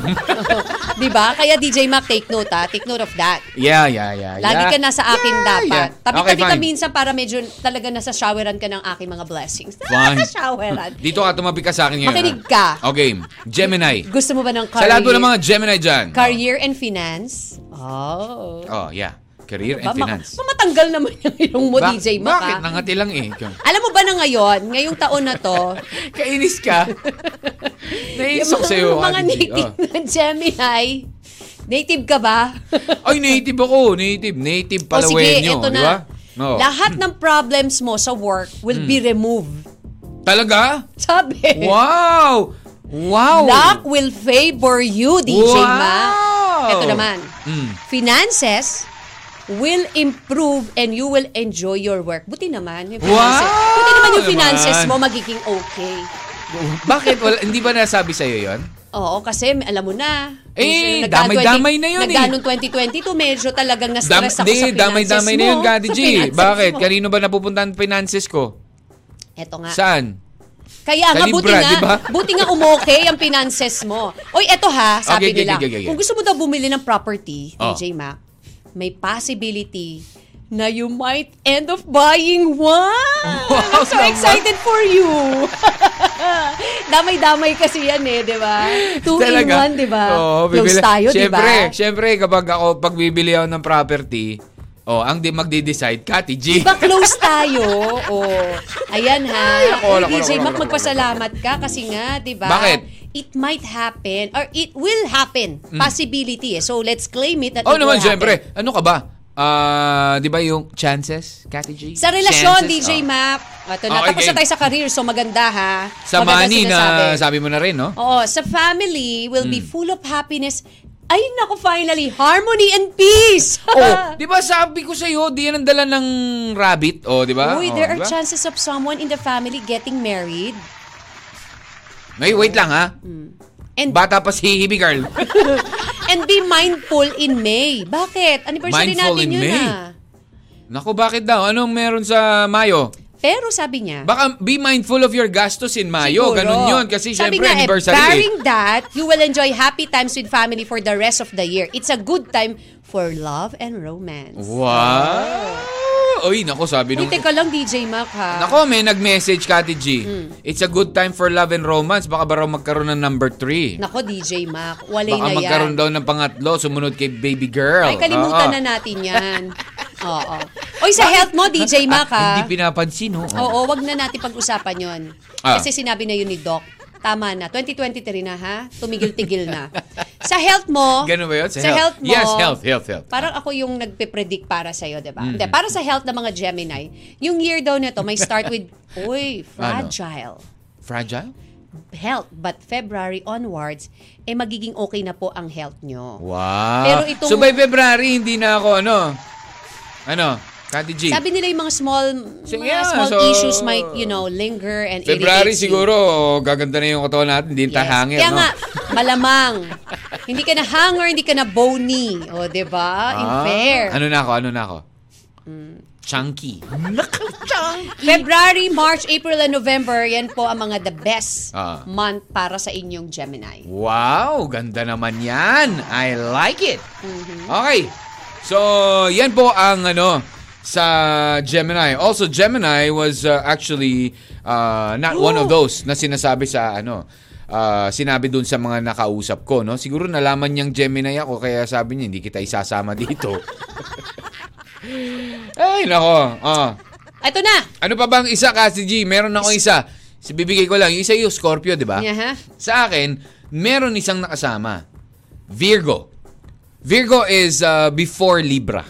[SPEAKER 3] di ba? Kaya DJ Mac, take note ha. Take note of that.
[SPEAKER 4] yeah, yeah, yeah, yeah.
[SPEAKER 3] Lagi ka nasa akin
[SPEAKER 4] Yeah,
[SPEAKER 3] dapat.
[SPEAKER 4] yeah.
[SPEAKER 3] Tapi-tapi
[SPEAKER 4] Okay,
[SPEAKER 3] ka
[SPEAKER 4] fine.
[SPEAKER 3] minsan para medyo talaga nasa showeran ka ng aking mga blessings.
[SPEAKER 4] Fine.
[SPEAKER 3] Nasa showeran.
[SPEAKER 4] Dito ka, tumabi ka sa akin ngayon.
[SPEAKER 3] Makinig
[SPEAKER 4] ha?
[SPEAKER 3] ka.
[SPEAKER 4] Okay, Gemini.
[SPEAKER 3] Gusto mo ba ng
[SPEAKER 4] Sa
[SPEAKER 3] career?
[SPEAKER 4] lahat po ng mga Gemini dyan.
[SPEAKER 3] Career and finance? Oh.
[SPEAKER 4] Oh, yeah. Career and
[SPEAKER 3] Ba, ma-
[SPEAKER 4] finance.
[SPEAKER 3] Mamatanggal naman yung ilong mo,
[SPEAKER 4] Ba-
[SPEAKER 3] DJ Mac.
[SPEAKER 4] Bakit?
[SPEAKER 3] ah.
[SPEAKER 4] Nangati lang eh.
[SPEAKER 3] Alam mo ba na ngayon, ngayong taon na to,
[SPEAKER 4] Kainis ka. Naiisok
[SPEAKER 3] mga-
[SPEAKER 4] sa'yo.
[SPEAKER 3] mga
[SPEAKER 4] Ate G.
[SPEAKER 3] native
[SPEAKER 4] Oh.
[SPEAKER 3] na Gemini, native ka ba?
[SPEAKER 4] Ay, native ako. Native. Native
[SPEAKER 3] O sige,
[SPEAKER 4] palawenyo.
[SPEAKER 3] eto
[SPEAKER 4] di ba?
[SPEAKER 3] na.
[SPEAKER 4] Oo.
[SPEAKER 3] Lahat ng problems mo sa work will be removed.
[SPEAKER 4] Talaga?
[SPEAKER 3] Sabi.
[SPEAKER 4] Hmm. Wow! Wow!
[SPEAKER 3] Luck will favor you, DJ
[SPEAKER 4] Wow!
[SPEAKER 3] Ma. Ito naman.
[SPEAKER 4] Mm.
[SPEAKER 3] Finances will improve and you will enjoy your work. Buti naman yung
[SPEAKER 4] Wow!
[SPEAKER 3] finances. Buti naman yung
[SPEAKER 4] Naman.
[SPEAKER 3] finances mo magiging okay.
[SPEAKER 4] Bakit? Wala, hindi ba nasabi sa'yo yon?
[SPEAKER 3] Oo, kasi alam mo na.
[SPEAKER 4] Eh,
[SPEAKER 3] medyo nagka-
[SPEAKER 4] damay-damay na yun eh.
[SPEAKER 3] nagkanong 2022, medyo talagang na-stress ako sa finances
[SPEAKER 4] damay-damay
[SPEAKER 3] mo.
[SPEAKER 4] na yun, Gadi
[SPEAKER 3] sa
[SPEAKER 4] G.
[SPEAKER 3] finances
[SPEAKER 4] Bakit?
[SPEAKER 3] mo.
[SPEAKER 4] Kanino ba napupunta ang finances ko?
[SPEAKER 3] Eto nga.
[SPEAKER 4] Saan?
[SPEAKER 3] Kaya
[SPEAKER 4] Sa
[SPEAKER 3] nga,
[SPEAKER 4] Libra,
[SPEAKER 3] buti nga,
[SPEAKER 4] di ba?
[SPEAKER 3] buti nga umokay ang finances mo. Oy, eto ha,
[SPEAKER 4] Okay,
[SPEAKER 3] sabi
[SPEAKER 4] okay,
[SPEAKER 3] nila,
[SPEAKER 4] okay, okay, okay.
[SPEAKER 3] kung gusto mo daw bumili ng property,
[SPEAKER 4] Oh.
[SPEAKER 3] DJ Mac, may possibility na you might end up buying one.
[SPEAKER 4] Wow
[SPEAKER 3] I'm so
[SPEAKER 4] naman.
[SPEAKER 3] excited for you. Damay-damay kasi yan eh, di ba? Two in one, di ba?
[SPEAKER 4] Oo,
[SPEAKER 3] Close
[SPEAKER 4] bibili.
[SPEAKER 3] tayo, di ba?
[SPEAKER 4] Siyempre, siyempre, kapag ako, pag bibili ako ng property, oh, ang di magde-decide, Kati G.
[SPEAKER 3] Diba close tayo? Oh. Ayan ha.
[SPEAKER 4] ako, ako, ako,
[SPEAKER 3] DJ Mac,
[SPEAKER 4] ako, ako,
[SPEAKER 3] magpasalamat ka kasi nga, di ba?
[SPEAKER 4] Bakit?
[SPEAKER 3] It might happen or it will happen. Possibility eh. So let's claim it that
[SPEAKER 4] Mm. oh
[SPEAKER 3] it will
[SPEAKER 4] naman,
[SPEAKER 3] happen.
[SPEAKER 4] siyempre. Ano ka ba? Ah, di ba yung chances, Kati G?
[SPEAKER 3] Sa relasyon,
[SPEAKER 4] Chances,
[SPEAKER 3] DJ
[SPEAKER 4] oh.
[SPEAKER 3] Mac. Ito na.
[SPEAKER 4] Okay,
[SPEAKER 3] Tapos na
[SPEAKER 4] game.
[SPEAKER 3] tayo sa career. So maganda ha.
[SPEAKER 4] Sa
[SPEAKER 3] Maganda
[SPEAKER 4] money na
[SPEAKER 3] sinasabi. Oh.
[SPEAKER 4] sabi Mm. mo na rin, no?
[SPEAKER 3] Oo. Sa family will be full of happiness. Ay, naku, finally. Harmony and peace.
[SPEAKER 4] Oh, 'di ba sabi ko sa iyo, di yan ang dala ng rabbit, oh, 'di ba?
[SPEAKER 3] Uy,
[SPEAKER 4] Oh,
[SPEAKER 3] there are
[SPEAKER 4] di ba?
[SPEAKER 3] chances of someone in the family getting married.
[SPEAKER 4] Ay, wait lang ha.
[SPEAKER 3] And
[SPEAKER 4] Bata pa si Hebe Girl.
[SPEAKER 3] And be mindful in May. Bakit? Anniversary
[SPEAKER 4] Mindful
[SPEAKER 3] natin
[SPEAKER 4] in
[SPEAKER 3] yun
[SPEAKER 4] May.
[SPEAKER 3] ah.
[SPEAKER 4] Naku, bakit daw? Anong meron sa Mayo?
[SPEAKER 3] Pero sabi niya,
[SPEAKER 4] Baka be mindful of your gastos in Mayo.
[SPEAKER 3] siguro.
[SPEAKER 4] Ganun yun. Kasi syempre,
[SPEAKER 3] sabi nga, eh,
[SPEAKER 4] anniversary. eh.
[SPEAKER 3] barring that, you will enjoy happy times with family for the rest of the year. It's a good time for love and romance.
[SPEAKER 4] Wow! Uy, naku, sabi
[SPEAKER 3] Uy,
[SPEAKER 4] nung...
[SPEAKER 3] teka lang, DJ Mac, ha?
[SPEAKER 4] Nako, may nag-message, Kati G.
[SPEAKER 3] Hmm.
[SPEAKER 4] It's a good time for love and romance. Baka ba raw magkaroon ng number three?
[SPEAKER 3] Nako, DJ Mac. Walay
[SPEAKER 4] Baka
[SPEAKER 3] na yan.
[SPEAKER 4] magkaroon daw ng pangatlo, sumunod kay baby girl.
[SPEAKER 3] Ay,
[SPEAKER 4] Oo.
[SPEAKER 3] kalimutan na natin yan. Oo. Uy, sa health mo, DJ Mac,
[SPEAKER 4] Ah,
[SPEAKER 3] ha?
[SPEAKER 4] Hindi pinapansin, no?
[SPEAKER 3] Oo, wag na natin pag-usapan yon.
[SPEAKER 4] Ah.
[SPEAKER 3] Kasi sinabi na yun ni Doc. Tama na. 2023 na ha. Tumigil-tigil na. sa health mo.
[SPEAKER 4] Ganun ba yun? Sa
[SPEAKER 3] Sa, health.
[SPEAKER 4] health?
[SPEAKER 3] mo.
[SPEAKER 4] Yes, health, health, health. Mm.
[SPEAKER 3] Parang ako yung nagpe-predict para sa'yo, di ba? Hindi, para sa health ng mga Gemini, yung year daw nito may start with, uy,
[SPEAKER 4] Ano?
[SPEAKER 3] fragile
[SPEAKER 4] Fragile?
[SPEAKER 3] health. But February onwards, eh magiging okay na po ang health nyo.
[SPEAKER 4] Wow.
[SPEAKER 3] Pero itong-
[SPEAKER 4] So by February, hindi na ako, ano? Ano? Kati G.
[SPEAKER 3] Sabi nila yung mga small
[SPEAKER 4] So,
[SPEAKER 3] mga
[SPEAKER 4] yeah,
[SPEAKER 3] small
[SPEAKER 4] so-
[SPEAKER 3] issues might, you know, linger and
[SPEAKER 4] February
[SPEAKER 3] irritate you.
[SPEAKER 4] siguro, gaganda na yung katawan natin. Hindi yes. tahangin,
[SPEAKER 3] Kaya
[SPEAKER 4] no?
[SPEAKER 3] nga, malamang. hindi ka na hanger, hindi ka na bony. O, di ba?
[SPEAKER 4] Ah,
[SPEAKER 3] Unfair.
[SPEAKER 4] Ano na ako? Ano na ako?
[SPEAKER 3] Mm.
[SPEAKER 4] Chunky.
[SPEAKER 3] February, March, April, and November, yan po ang mga the best
[SPEAKER 4] Ah.
[SPEAKER 3] month para sa inyong Gemini.
[SPEAKER 4] Wow, ganda naman yan. I like it. Okay. So, yan po ang ano sa Gemini. Also, Gemini was uh, actually uh, not one of those na sinasabi sa ano uh, sinabi dun sa mga nakausap ko, no? Siguro nalaman niyang Gemini ako kaya sabi niya hindi kita isasama dito. Ay, nako. Ah.
[SPEAKER 3] Ito na!
[SPEAKER 4] Ano pa bang isa kasi G? Meron ako isa. Si- Bibigay ko lang. Yung isa yung Scorpio, di ba?
[SPEAKER 3] Yeah, ha?
[SPEAKER 4] Sa akin, meron isang nakasama. Virgo. Virgo is uh, before Libra.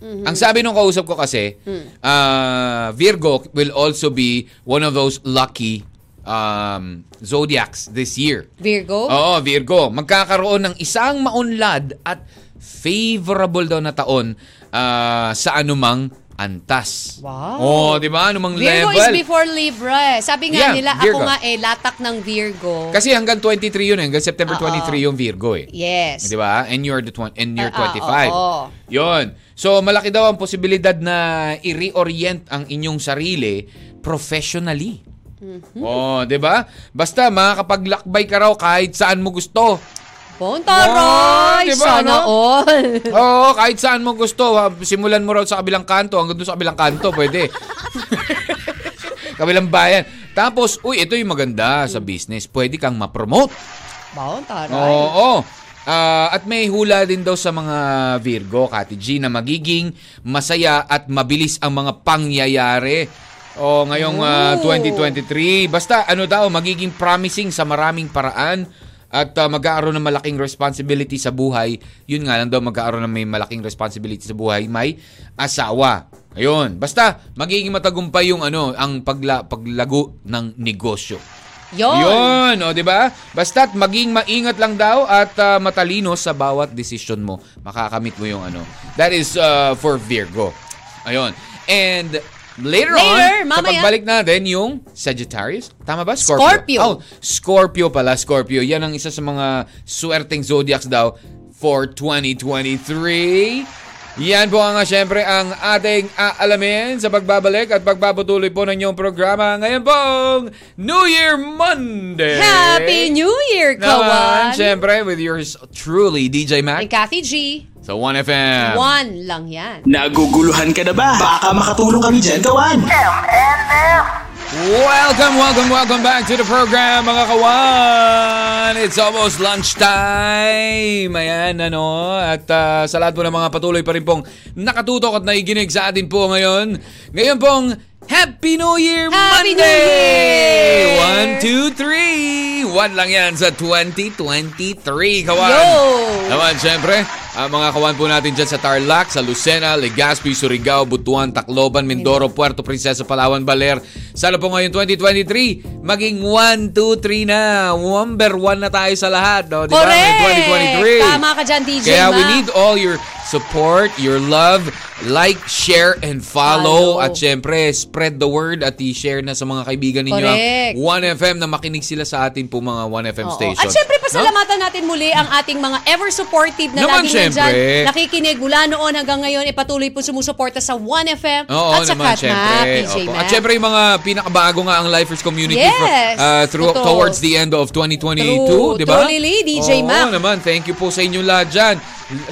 [SPEAKER 3] Mm-hmm.
[SPEAKER 4] Ang sabi nung kausap ko kasi,
[SPEAKER 3] Hmm.
[SPEAKER 4] uh, Virgo will also be one of those lucky um, zodiacs this year.
[SPEAKER 3] Virgo?
[SPEAKER 4] Oo, Virgo. Magkakaroon ng isang maunlad at favorable daw na taon ah, uh, sa anumang antas.
[SPEAKER 3] Wow.
[SPEAKER 4] Oh, di ba? Anumang
[SPEAKER 3] Virgo is
[SPEAKER 4] level.
[SPEAKER 3] before Libra. eh. Sabi
[SPEAKER 4] Yeah,
[SPEAKER 3] nga nila,
[SPEAKER 4] Virgo.
[SPEAKER 3] ako nga eh, latak ng Virgo.
[SPEAKER 4] Kasi hanggang 23 yun eh. Hanggang September
[SPEAKER 3] Oo.
[SPEAKER 4] 23 yung Virgo eh.
[SPEAKER 3] yes.
[SPEAKER 4] Di ba? And you're the twen- and you're
[SPEAKER 3] Ah, ah,
[SPEAKER 4] 25.
[SPEAKER 3] oo.
[SPEAKER 4] Yun. So malaki daw ang posibilidad na i-reorient ang inyong sarili professionally.
[SPEAKER 3] Mm-hmm.
[SPEAKER 4] Oh, 'di ba? Basta makakapaglakbay ka raw kahit saan mo gusto. Wow,
[SPEAKER 3] Pontaroy!
[SPEAKER 4] diba,
[SPEAKER 3] Sana
[SPEAKER 4] ano?
[SPEAKER 3] all!
[SPEAKER 4] Oo, kahit saan mo gusto. Ha, Simulan mo raw sa kabilang kanto hanggang doon sa kabilang kanto, pwede. kabilang bayan. Tapos, uy, ito yung maganda sa business. Pwede kang ma-promote.
[SPEAKER 3] Pontaroy.
[SPEAKER 4] Oo. Ah, at may hula din daw sa mga Virgo, Kati G, na magiging masaya at mabilis ang mga pangyayari. O ngayong ah,
[SPEAKER 3] Ooh.
[SPEAKER 4] 2023. Basta ano daw, magiging promising sa maraming paraan at ah, mag-aaroon ng malaking responsibility sa buhay. Yun nga lang daw, mag-aaroon ng may malaking responsibility sa buhay. May asawa. Ayun. Basta, magiging matagumpay yung ano, ang pagla- paglago ng negosyo.
[SPEAKER 3] Yun.
[SPEAKER 4] Yun, o di ba? Basta't maging maingat lang daw at ah, matalino sa bawat desisyon mo. Makakamit mo yung ano. That is ah, for Virgo. Ayun. And later,
[SPEAKER 3] Later,
[SPEAKER 4] on,
[SPEAKER 3] mamaya.
[SPEAKER 4] pagbalik natin yung Sagittarius. Tama ba? Scorpio.
[SPEAKER 3] Scorpio.
[SPEAKER 4] Oh, Scorpio pala, Scorpio. Yan ang isa sa mga swerteng zodiacs daw for 2023. Yan po nga syempre ang ating aalamin sa pagbabalik at pagpapatuloy po ng inyong programa ngayon pong New Year Monday!
[SPEAKER 3] Happy New Year,
[SPEAKER 4] Naman,
[SPEAKER 3] Kawan!
[SPEAKER 4] syempre, with yours truly, DJ
[SPEAKER 3] And
[SPEAKER 4] Mac
[SPEAKER 3] Kathy G,
[SPEAKER 4] sa 1FM.
[SPEAKER 3] one lang yan.
[SPEAKER 1] Naguguluhan ka na ba? Baka makatulong kami dyan, kawan.
[SPEAKER 2] M-M-M.
[SPEAKER 4] Welcome, welcome, welcome back to the program, mga kawan! It's almost lunchtime! Ayan, ano? At ah, sa lahat po ng mga patuloy pa rin pong nakatutok at naiginig sa atin po ngayon. Ngayon pong Happy New Year
[SPEAKER 3] Happy New
[SPEAKER 4] Monday!
[SPEAKER 3] Year!
[SPEAKER 4] One, two, three! One lang yan sa 2023, kawan!
[SPEAKER 3] Yo!
[SPEAKER 4] Naman, syempre, ang mga kawan po natin dyan sa Tarlac, sa Lucena, Legazpi, Surigao, Butuan, Tacloban, Mindoro, Puerto Princesa, Palawan, Baler. Sana po ngayon 2023, maging 1, 2, 3 na. Number 1 na tayo sa lahat. No? Di ba? May 2023.
[SPEAKER 3] Correct! Tama ka dyan, DJ
[SPEAKER 4] Kaya we
[SPEAKER 3] Mac.
[SPEAKER 4] need all your support, your love, like, share, and follow.
[SPEAKER 3] Follow.
[SPEAKER 4] At syempre, spread the word at i-share na sa mga kaibigan ninyo ang
[SPEAKER 3] Correct.
[SPEAKER 4] 1FM na makinig sila sa atin po mga 1FM
[SPEAKER 3] Oo.
[SPEAKER 4] station.
[SPEAKER 3] At syempre,
[SPEAKER 4] No?
[SPEAKER 3] pasalamatan natin muli ang ating mga ever-supportive na
[SPEAKER 4] Naman,
[SPEAKER 3] laging
[SPEAKER 4] syempre.
[SPEAKER 3] nandyan. Nakikinig mula noon hanggang ngayon, ipatuloy po sumusuporta sa 1FM
[SPEAKER 4] Oo,
[SPEAKER 3] at sa
[SPEAKER 4] naman, syempre.
[SPEAKER 3] Katma, PJ
[SPEAKER 4] Opo.
[SPEAKER 3] Mac.
[SPEAKER 4] At syempre, yung mga pinakabago nga ang Lifers community from-
[SPEAKER 3] Yes,
[SPEAKER 4] uh, through,
[SPEAKER 3] totoo.
[SPEAKER 4] towards the end of 2022,
[SPEAKER 3] True.
[SPEAKER 4] di ba?
[SPEAKER 3] Truly,
[SPEAKER 4] Oo,
[SPEAKER 3] DJ Mac.
[SPEAKER 4] naman. Thank you po sa inyo lahat dyan.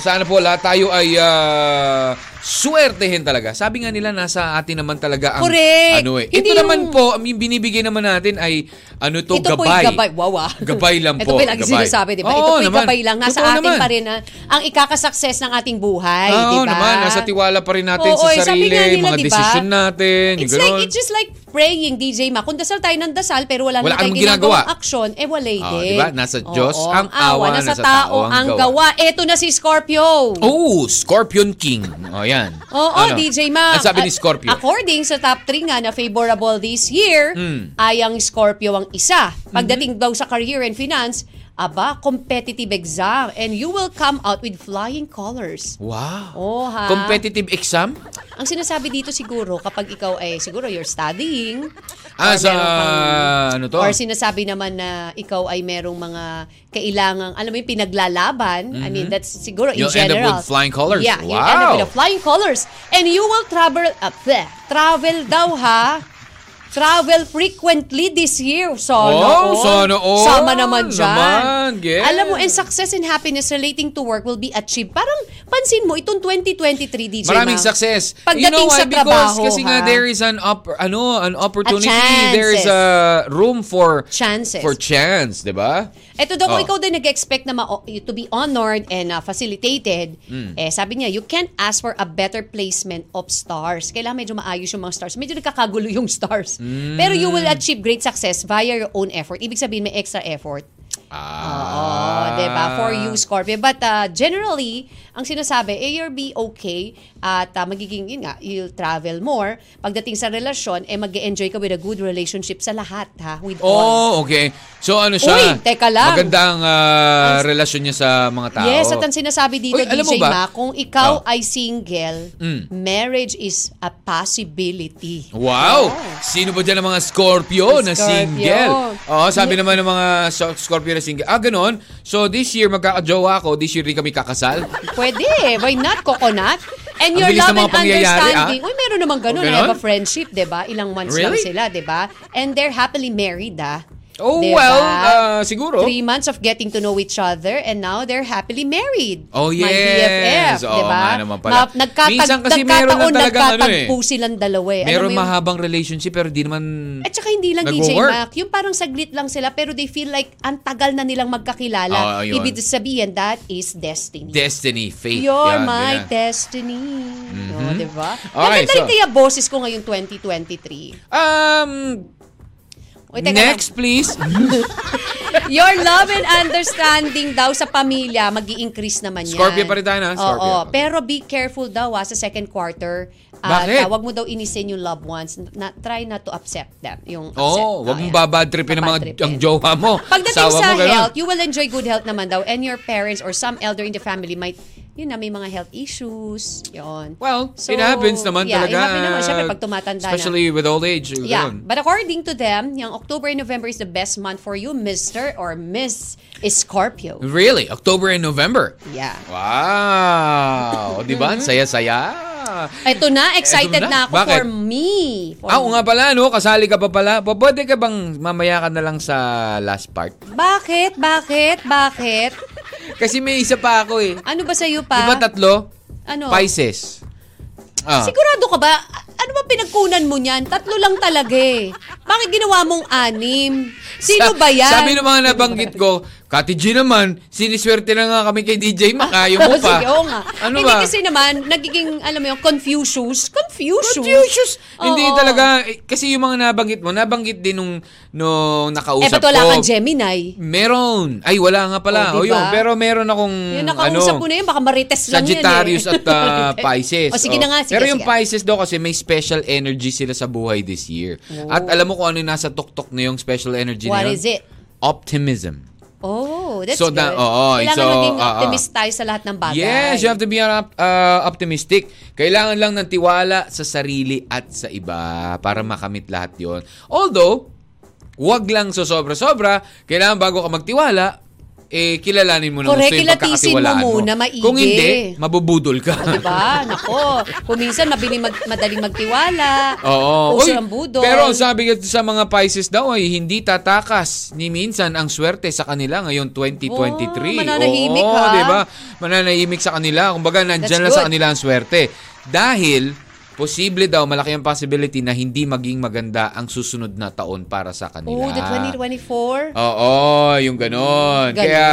[SPEAKER 4] Sana po lahat tayo ay uh, swertehin talaga. Sabi nga nila, nasa atin naman talaga ang
[SPEAKER 3] Correct.
[SPEAKER 4] ano eh.
[SPEAKER 3] Hindi
[SPEAKER 4] Ito naman
[SPEAKER 3] yung-
[SPEAKER 4] po, yung binibigay naman natin ay ano to,
[SPEAKER 3] Ito po'y
[SPEAKER 4] gabay.
[SPEAKER 3] gabay. Wow, ah.
[SPEAKER 4] Gabay lang
[SPEAKER 3] Ito
[SPEAKER 4] po,
[SPEAKER 3] po'y lagi
[SPEAKER 4] gabay.
[SPEAKER 3] sinasabi, di ba?
[SPEAKER 4] Oo,
[SPEAKER 3] Ito po'y
[SPEAKER 4] naman.
[SPEAKER 3] gabay lang. Nasa
[SPEAKER 4] Totoo
[SPEAKER 3] atin
[SPEAKER 4] naman.
[SPEAKER 3] pa rin na, ang ikakasucess ng ating buhay,
[SPEAKER 4] Oo,
[SPEAKER 3] di ba?
[SPEAKER 4] naman. Nasa tiwala pa rin natin
[SPEAKER 3] Oo, eh,
[SPEAKER 4] sa
[SPEAKER 3] sabi
[SPEAKER 4] sarili,
[SPEAKER 3] nga nila,
[SPEAKER 4] mga
[SPEAKER 3] di ba?
[SPEAKER 4] desisyon natin. yung
[SPEAKER 3] It's like,
[SPEAKER 4] ganun.
[SPEAKER 3] it's just like praying, DJ Ma. Kung dasal tayo ng dasal, pero wala,
[SPEAKER 4] Wala
[SPEAKER 3] na tayong
[SPEAKER 4] kang ginagawa.
[SPEAKER 3] ginagawang aksyon, eh wala din.
[SPEAKER 4] di ba? Nasa Diyos ang awa,
[SPEAKER 3] nasa,
[SPEAKER 4] nasa
[SPEAKER 3] tao ang gawa. Eto na si Scorpio.
[SPEAKER 4] Oh, Scorpion King. O, yan. Ano?
[SPEAKER 3] Oo, DJ Mac.
[SPEAKER 4] Oh, Ang sabi ni
[SPEAKER 3] At
[SPEAKER 4] Scorpio.
[SPEAKER 3] According sa top 3 nga na favorable this year,
[SPEAKER 4] Hmm.
[SPEAKER 3] ay ang Scorpio ang isa. Pagdating daw sa career and finance, aba, competitive exam and you will come out with flying colors.
[SPEAKER 4] wow.
[SPEAKER 3] Oh, ha?
[SPEAKER 4] Competitive exam?
[SPEAKER 3] Ang sinasabi dito siguro, kapag ikaw ay siguro you're studying,
[SPEAKER 4] Ah,
[SPEAKER 3] or
[SPEAKER 4] sa
[SPEAKER 3] Oh, meron kang-
[SPEAKER 4] ano to?
[SPEAKER 3] Or sinasabi naman na ikaw ay merong mga kailangang, alam mo yung pinaglalaban. I
[SPEAKER 4] Mm-hmm.
[SPEAKER 3] mean, that's siguro in
[SPEAKER 4] You'll end up
[SPEAKER 3] general.
[SPEAKER 4] with flying colors.
[SPEAKER 3] Yeah, you'll end up
[SPEAKER 4] Wow.
[SPEAKER 3] with the flying colors. And you will travel, up there. travel daw ha. Travel frequently this year. Sana
[SPEAKER 4] Oh,
[SPEAKER 3] all.
[SPEAKER 4] sana all.
[SPEAKER 3] Sama naman dyan.
[SPEAKER 4] Naman, yes.
[SPEAKER 3] Alam mo, and success and happiness relating to work will be achieved. Parang, pansin mo, itong 2023, DJ
[SPEAKER 4] Maraming
[SPEAKER 3] Ma'am,
[SPEAKER 4] success. you
[SPEAKER 3] Pagdating
[SPEAKER 4] know why?
[SPEAKER 3] sa
[SPEAKER 4] Because
[SPEAKER 3] trabaho,
[SPEAKER 4] kasi nga
[SPEAKER 3] ha?
[SPEAKER 4] there is an op- ano, an opportunity.
[SPEAKER 3] chances.
[SPEAKER 4] There is a room for
[SPEAKER 3] Chances.
[SPEAKER 4] For chance, 'di ba?
[SPEAKER 3] Eto daw, kung
[SPEAKER 4] Oh.
[SPEAKER 3] ikaw din nag-expect na ma- to be honored and uh, facilitated,
[SPEAKER 4] Hmm.
[SPEAKER 3] eh, sabi niya, you can't ask for a better placement of stars. Kailangan medyo maayos yung mga stars. Medyo nagkakagulo yung stars.
[SPEAKER 4] Hmm.
[SPEAKER 3] Pero you will achieve great success via your own effort. Ibig sabihin, may extra effort.
[SPEAKER 4] Ah.
[SPEAKER 3] Oo, 'di ba? For you, Scorpio. But uh, generally, ang sinasabi, eh, you'll be okay at ah, magiging, yun nga, you'll travel more. Pagdating sa relasyon, eh, mag enjoy ka with a good relationship sa lahat, ha? With all.
[SPEAKER 4] Oh, okay. So ano siya?
[SPEAKER 3] Uy, teka lang.
[SPEAKER 4] Maganda ang ah,
[SPEAKER 3] Ang-
[SPEAKER 4] relasyon niya sa mga tao.
[SPEAKER 3] Yes, at ang sinasabi dito,
[SPEAKER 4] Uy, alam mo
[SPEAKER 3] DJ
[SPEAKER 4] ba?
[SPEAKER 3] Ma, kung
[SPEAKER 4] Oh.
[SPEAKER 3] ikaw
[SPEAKER 4] Mm.
[SPEAKER 3] ay single, marriage is a possibility.
[SPEAKER 4] Wow!
[SPEAKER 3] Oh.
[SPEAKER 4] Sino ba dyan ang mga Scorpio, na
[SPEAKER 3] Scorpio.
[SPEAKER 4] single? Oo, sabi
[SPEAKER 3] Yeah.
[SPEAKER 4] naman ng mga so- Scorpio na single. Ah, ganun. So this year, magkakajowa ako. This year rin kami kakasal.
[SPEAKER 3] Pwede. Why not, coconut? And
[SPEAKER 4] Ang
[SPEAKER 3] your
[SPEAKER 4] bilis
[SPEAKER 3] love
[SPEAKER 4] ng mga
[SPEAKER 3] and
[SPEAKER 4] pangyayari,
[SPEAKER 3] understanding.
[SPEAKER 4] ah.
[SPEAKER 3] Uy, meron naman ganun.
[SPEAKER 4] Ganun?
[SPEAKER 3] I have a friendship, di ba? Ilang months lang
[SPEAKER 4] Really?
[SPEAKER 3] sila, di ba? And they're happily married, ah.
[SPEAKER 4] Oh,
[SPEAKER 3] Di ba?
[SPEAKER 4] well, ah, siguro.
[SPEAKER 3] Three months of getting to know each other and now they're happily married.
[SPEAKER 4] Oh,
[SPEAKER 3] My
[SPEAKER 4] yes.
[SPEAKER 3] BFF,
[SPEAKER 4] Oo
[SPEAKER 3] di ba?
[SPEAKER 4] nga naman pala.
[SPEAKER 3] Ma- nagkatag-
[SPEAKER 4] Minsan kasi meron lang
[SPEAKER 3] nagkataon,
[SPEAKER 4] talagang ano eh.
[SPEAKER 3] nagkatagpo silang dalawa eh. Alam
[SPEAKER 4] Meron
[SPEAKER 3] mo yung-
[SPEAKER 4] mahabang relationship pero di naman...
[SPEAKER 3] At saka hindi lang DJ
[SPEAKER 4] Nagwo-work.
[SPEAKER 3] Mac, yung parang saglit lang sila pero they feel like ang tagal na nilang magkakilala.
[SPEAKER 4] Oo, yun.
[SPEAKER 3] Ibig sabihin, that is destiny.
[SPEAKER 4] Ah, Destiny, fate. Yan,
[SPEAKER 3] You're my
[SPEAKER 4] ganyan.
[SPEAKER 3] destiny. No, diba? di ba?
[SPEAKER 4] Okay,
[SPEAKER 3] Maganda rin
[SPEAKER 4] so-
[SPEAKER 3] kaya boses ko ngayong 2023.
[SPEAKER 4] Um,
[SPEAKER 3] Uy, teka lang.
[SPEAKER 4] next please.
[SPEAKER 3] Your love and understanding daw sa pamilya, mag increase naman yan.
[SPEAKER 4] Scorpio pa rin tayo, ha? Scorpio.
[SPEAKER 3] Oo,
[SPEAKER 4] Okay.
[SPEAKER 3] Pero be careful daw ha, sa second quarter. Ah,
[SPEAKER 4] Bakit?
[SPEAKER 3] wag mo daw inisin yung loved ones. Na, try not to upset them. Yung upset.
[SPEAKER 4] Oh, wag
[SPEAKER 3] ayan.
[SPEAKER 4] mong babadripin ang mga
[SPEAKER 3] Babadripin.
[SPEAKER 4] ang jowa mo.
[SPEAKER 3] Pagdating
[SPEAKER 4] Asawa
[SPEAKER 3] sa
[SPEAKER 4] mo, ganun.
[SPEAKER 3] health, you will enjoy good health naman daw and your parents or some elder in the family might yun na, may mga health issues. Yun.
[SPEAKER 4] Well, it happens naman
[SPEAKER 3] yeah,
[SPEAKER 4] talaga.
[SPEAKER 3] it happens naman.
[SPEAKER 4] ah,
[SPEAKER 3] Siyempre, pag tumatanda na.
[SPEAKER 4] Especially with old age.
[SPEAKER 3] Yeah.
[SPEAKER 4] ganun.
[SPEAKER 3] But according to them, yung October and November is the best month for you, Mr. or Miss Scorpio.
[SPEAKER 4] Really? October and November?
[SPEAKER 3] Yeah.
[SPEAKER 4] Wow! O, di ba? Ang Saya-saya.
[SPEAKER 3] Ito na, excited
[SPEAKER 4] Ito na.
[SPEAKER 3] na. ako
[SPEAKER 4] Bakit?
[SPEAKER 3] for me. For
[SPEAKER 4] Ah, oo
[SPEAKER 3] me.
[SPEAKER 4] nga pala, no? Kasali ka pa pala. Pa- Pwede ka bang mamaya ka na lang sa last part?
[SPEAKER 3] Bakit? Bakit? Bakit?
[SPEAKER 4] Kasi may isa pa ako eh.
[SPEAKER 3] Ano ba sa'yo
[SPEAKER 4] Di
[SPEAKER 3] pa?
[SPEAKER 4] ba tatlo?
[SPEAKER 3] Ano?
[SPEAKER 4] Pisces. Ah.
[SPEAKER 3] Sigurado ka ba? A- Ano ba pinagkunan mo niyan? Tatlo lang talaga eh. Bakit ginawa mong anim? Sino
[SPEAKER 4] Sa-
[SPEAKER 3] ba yan?
[SPEAKER 4] Sabi ng mga nabanggit ko, Kati G naman, siniswerte na nga kami kay DJ Makayo
[SPEAKER 3] Oh,
[SPEAKER 4] mo pa.
[SPEAKER 3] Sige, oo nga.
[SPEAKER 4] Ano
[SPEAKER 3] Hindi
[SPEAKER 4] ba?
[SPEAKER 3] kasi naman, nagiging, alam mo yung Confucius. Confucius.
[SPEAKER 4] Confucious. Hindi
[SPEAKER 3] Oo.
[SPEAKER 4] talaga, eh, kasi yung mga nabanggit mo, nabanggit din nung, nung
[SPEAKER 3] Eh,
[SPEAKER 4] nakausap
[SPEAKER 3] ba't wala
[SPEAKER 4] ko. Hmm,
[SPEAKER 3] kang Gemini?
[SPEAKER 4] Meron. Ay, wala nga pala. O,
[SPEAKER 3] Oh, diba?
[SPEAKER 4] yun. Pero meron akong,
[SPEAKER 3] Yung
[SPEAKER 4] ano,
[SPEAKER 3] nakausap ko na yun, baka marites lang yan eh.
[SPEAKER 4] Sagittarius at uh, Pisces.
[SPEAKER 3] O sige
[SPEAKER 4] Oh.
[SPEAKER 3] na nga, sige,
[SPEAKER 4] Pero yung
[SPEAKER 3] sige.
[SPEAKER 4] Pisces daw kasi may special energy sila sa buhay this year. At alam mo kung ano yung nasa tuktok na yung special energy
[SPEAKER 3] Oh. What
[SPEAKER 4] na yun?
[SPEAKER 3] is it?
[SPEAKER 4] Optimism.
[SPEAKER 3] Oh, that's
[SPEAKER 4] So,
[SPEAKER 3] good.
[SPEAKER 4] da- oo,
[SPEAKER 3] Kailangan
[SPEAKER 4] so,
[SPEAKER 3] maging
[SPEAKER 4] oo.
[SPEAKER 3] optimist tayo sa lahat ng bagay.
[SPEAKER 4] Yes, you have to be an op- uh, optimistic. Kailangan lang ng tiwala sa sarili at sa iba para makamit lahat yon. Although, wag lang so sobra-sobra. Kailangan bago ka magtiwala, eh, kilalanin mo na
[SPEAKER 3] Correct,
[SPEAKER 4] gusto yung
[SPEAKER 3] kilatisin mo
[SPEAKER 4] pagkakatiwalaan mo.
[SPEAKER 3] muna, maigi.
[SPEAKER 4] Kung hindi, mabubudol ka.
[SPEAKER 3] O, diba? Nako. Kung minsan, mabiling mag, madaling magtiwala.
[SPEAKER 4] Oo.
[SPEAKER 3] Uso
[SPEAKER 4] Uy,
[SPEAKER 3] ang budol.
[SPEAKER 4] Pero ang sabi kasi sa mga Pisces daw ay hindi tatakas ni minsan ang swerte sa kanila ngayon 2023.
[SPEAKER 3] Oh, mananahimik,
[SPEAKER 4] Oo,
[SPEAKER 3] ha?
[SPEAKER 4] 'di ba? Mananahimik sa kanila. Kumbaga nandiyan lang
[SPEAKER 3] That's
[SPEAKER 4] sa
[SPEAKER 3] good.
[SPEAKER 4] kanila ang swerte. Dahil posible daw malaki ang possibility na hindi maging maganda ang susunod na taon para sa kanila.
[SPEAKER 3] Oh, the 2024.
[SPEAKER 4] Oo, yung ganon.
[SPEAKER 3] Ganon.
[SPEAKER 4] Kaya,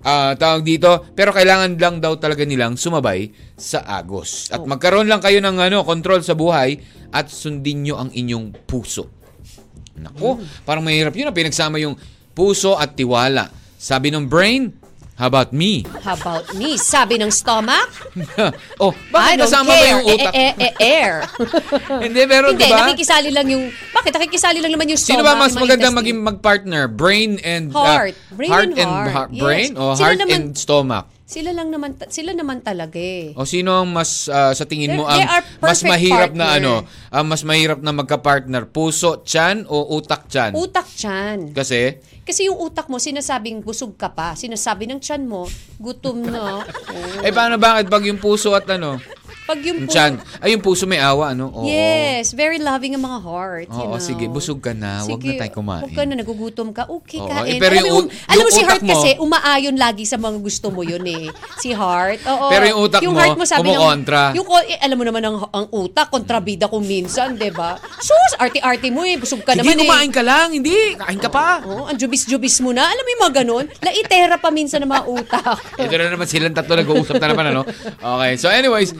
[SPEAKER 4] ah, tawag dito, pero kailangan lang daw talaga nilang sumabay sa agos.
[SPEAKER 3] Oh.
[SPEAKER 4] At magkaroon lang kayo ng ano, control sa buhay at sundin nyo ang inyong puso.
[SPEAKER 3] Hmm.
[SPEAKER 4] Naku, parang mahirap yun. ah, Pinagsama yung puso at tiwala. Sabi ng brain, how about me?
[SPEAKER 3] How about me? Sabi ng stomach?
[SPEAKER 4] oh,
[SPEAKER 3] I
[SPEAKER 4] bakit
[SPEAKER 3] don't
[SPEAKER 4] kasama ba
[SPEAKER 3] care.
[SPEAKER 4] yung utak?
[SPEAKER 3] Eh, eh, eh, eh, air.
[SPEAKER 4] Hindi, pero
[SPEAKER 3] Hindi,
[SPEAKER 4] diba?
[SPEAKER 3] nakikisali lang yung... Bakit? Nakikisali lang naman yung stomach.
[SPEAKER 4] Sino ba mas
[SPEAKER 3] yung mga
[SPEAKER 4] maganda
[SPEAKER 3] intestine.
[SPEAKER 4] maging mag-partner? Brain and ah,
[SPEAKER 3] Heart. Brain and heart.
[SPEAKER 4] heart-
[SPEAKER 3] Yes.
[SPEAKER 4] brain o
[SPEAKER 3] Sila
[SPEAKER 4] heart
[SPEAKER 3] naman-
[SPEAKER 4] and stomach.
[SPEAKER 3] Sila lang naman, ta- sila naman talaga eh.
[SPEAKER 4] O sino ang mas ah, sa tingin mo ang
[SPEAKER 3] They- they are perfect
[SPEAKER 4] mas mahirap na
[SPEAKER 3] partner.
[SPEAKER 4] ano, ang mas mahirap na magka-partner, puso chan o utak chan?
[SPEAKER 3] Utak tiyan.
[SPEAKER 4] Kasi
[SPEAKER 3] Kasi yung utak mo, sinasabing busog ka pa. Sinasabi ng tiyan mo, gutom na. Oh.
[SPEAKER 4] eh paano bakit pag yung puso at ano,
[SPEAKER 3] Pag
[SPEAKER 4] yung
[SPEAKER 3] yung pu-
[SPEAKER 4] chan, ay yung puso may awa ano? Oo.
[SPEAKER 3] Yes, very loving ang mga heart. you
[SPEAKER 4] Oo,
[SPEAKER 3] know.
[SPEAKER 4] sige, busog ka na, wag na tayo kumain.
[SPEAKER 3] Huwag ka na, nagugutom ka. Okay,
[SPEAKER 4] Oo, eh,
[SPEAKER 3] kain.
[SPEAKER 4] pero
[SPEAKER 3] alam,
[SPEAKER 4] yung
[SPEAKER 3] mo,
[SPEAKER 4] ut-
[SPEAKER 3] alam mo
[SPEAKER 4] yung
[SPEAKER 3] si
[SPEAKER 4] utak
[SPEAKER 3] heart
[SPEAKER 4] mo-
[SPEAKER 3] kasi, umaayon lagi sa mga gusto mo yun eh. Si heart. Oo.
[SPEAKER 4] Pero yung utak mo,
[SPEAKER 3] ng-
[SPEAKER 4] kumukontra.
[SPEAKER 3] Yung, ko- eh, alam mo naman ang, ang utak, kontrabida ko minsan, di ba? Sus, arte-arte mo eh, busog ka
[SPEAKER 4] Hindi
[SPEAKER 3] naman
[SPEAKER 4] kumain
[SPEAKER 3] eh.
[SPEAKER 4] ka lang, hindi, kain ka pa.
[SPEAKER 3] Oo, ang jubis-jubis mo na. Alam mo yung mga ganun? Laitera pa minsan ng mga utak.
[SPEAKER 4] Ito na naman silang tatlo nag-uusap na naman ano. Okay. So anyways,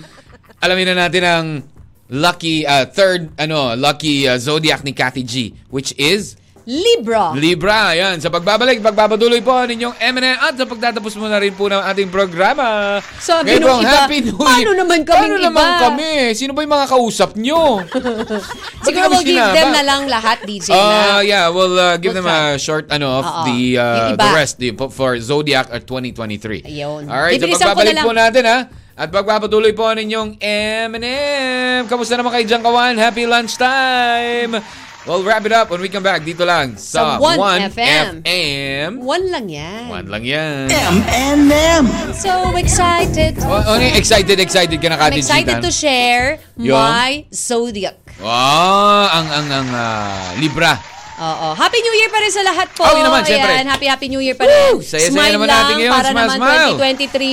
[SPEAKER 4] alamin na natin ang ah, lucky uh, third ano, lucky uh, zodiac ni Cathy G, which is
[SPEAKER 3] Libra.
[SPEAKER 4] Libra, yan. Sa pagbabalik, pagbabatuloy po ang inyong M&M at sa pagtatapos mo na rin po ng ating programa.
[SPEAKER 3] Sabi
[SPEAKER 4] Ngayon po
[SPEAKER 3] nung
[SPEAKER 4] ang
[SPEAKER 3] iba, paano naman kaming
[SPEAKER 4] Paano naman
[SPEAKER 3] iba?
[SPEAKER 4] kami? Sino ba yung mga kausap nyo? Ba't
[SPEAKER 3] Siguro
[SPEAKER 4] kami
[SPEAKER 3] we'll give
[SPEAKER 4] sinama?
[SPEAKER 3] them na lang lahat,
[SPEAKER 4] Uh,
[SPEAKER 3] DJ. na.
[SPEAKER 4] yeah, we'll uh, give
[SPEAKER 3] We'll
[SPEAKER 4] them a short ano of
[SPEAKER 3] Oo.
[SPEAKER 4] the uh,
[SPEAKER 3] Yung iba.
[SPEAKER 4] the rest the, for Zodiac at 2023.
[SPEAKER 3] Ayun.
[SPEAKER 4] All right, so
[SPEAKER 3] Bibilisan ko na
[SPEAKER 4] pagbabalik
[SPEAKER 3] lang.
[SPEAKER 4] po natin ha. At pagpapatuloy po ninyong M&M. Kamusta naman kayo dyan, Kawan? Happy lunchtime! We'll wrap it up when we come back dito lang sa
[SPEAKER 3] Sa
[SPEAKER 4] 1
[SPEAKER 3] 1 FM.
[SPEAKER 4] FM.
[SPEAKER 3] One lang yan.
[SPEAKER 4] One lang yan.
[SPEAKER 1] M&M.
[SPEAKER 3] So excited.
[SPEAKER 4] O, ano yung excited, excited ka na,
[SPEAKER 3] I'm
[SPEAKER 4] Kati
[SPEAKER 3] excited to share
[SPEAKER 4] Yung?
[SPEAKER 3] my zodiac.
[SPEAKER 4] Wow, ang, ang, ang ah, Libra.
[SPEAKER 3] Oo. Happy New Year pa rin sa lahat po.
[SPEAKER 4] Oh, yun naman, syempre.
[SPEAKER 3] Ayan, happy Happy New Year pa rin.
[SPEAKER 4] Woo! Saya-saya
[SPEAKER 3] smile
[SPEAKER 4] naman
[SPEAKER 3] lang
[SPEAKER 4] natin ngayon.
[SPEAKER 3] para
[SPEAKER 4] Smile,
[SPEAKER 3] naman
[SPEAKER 4] smile.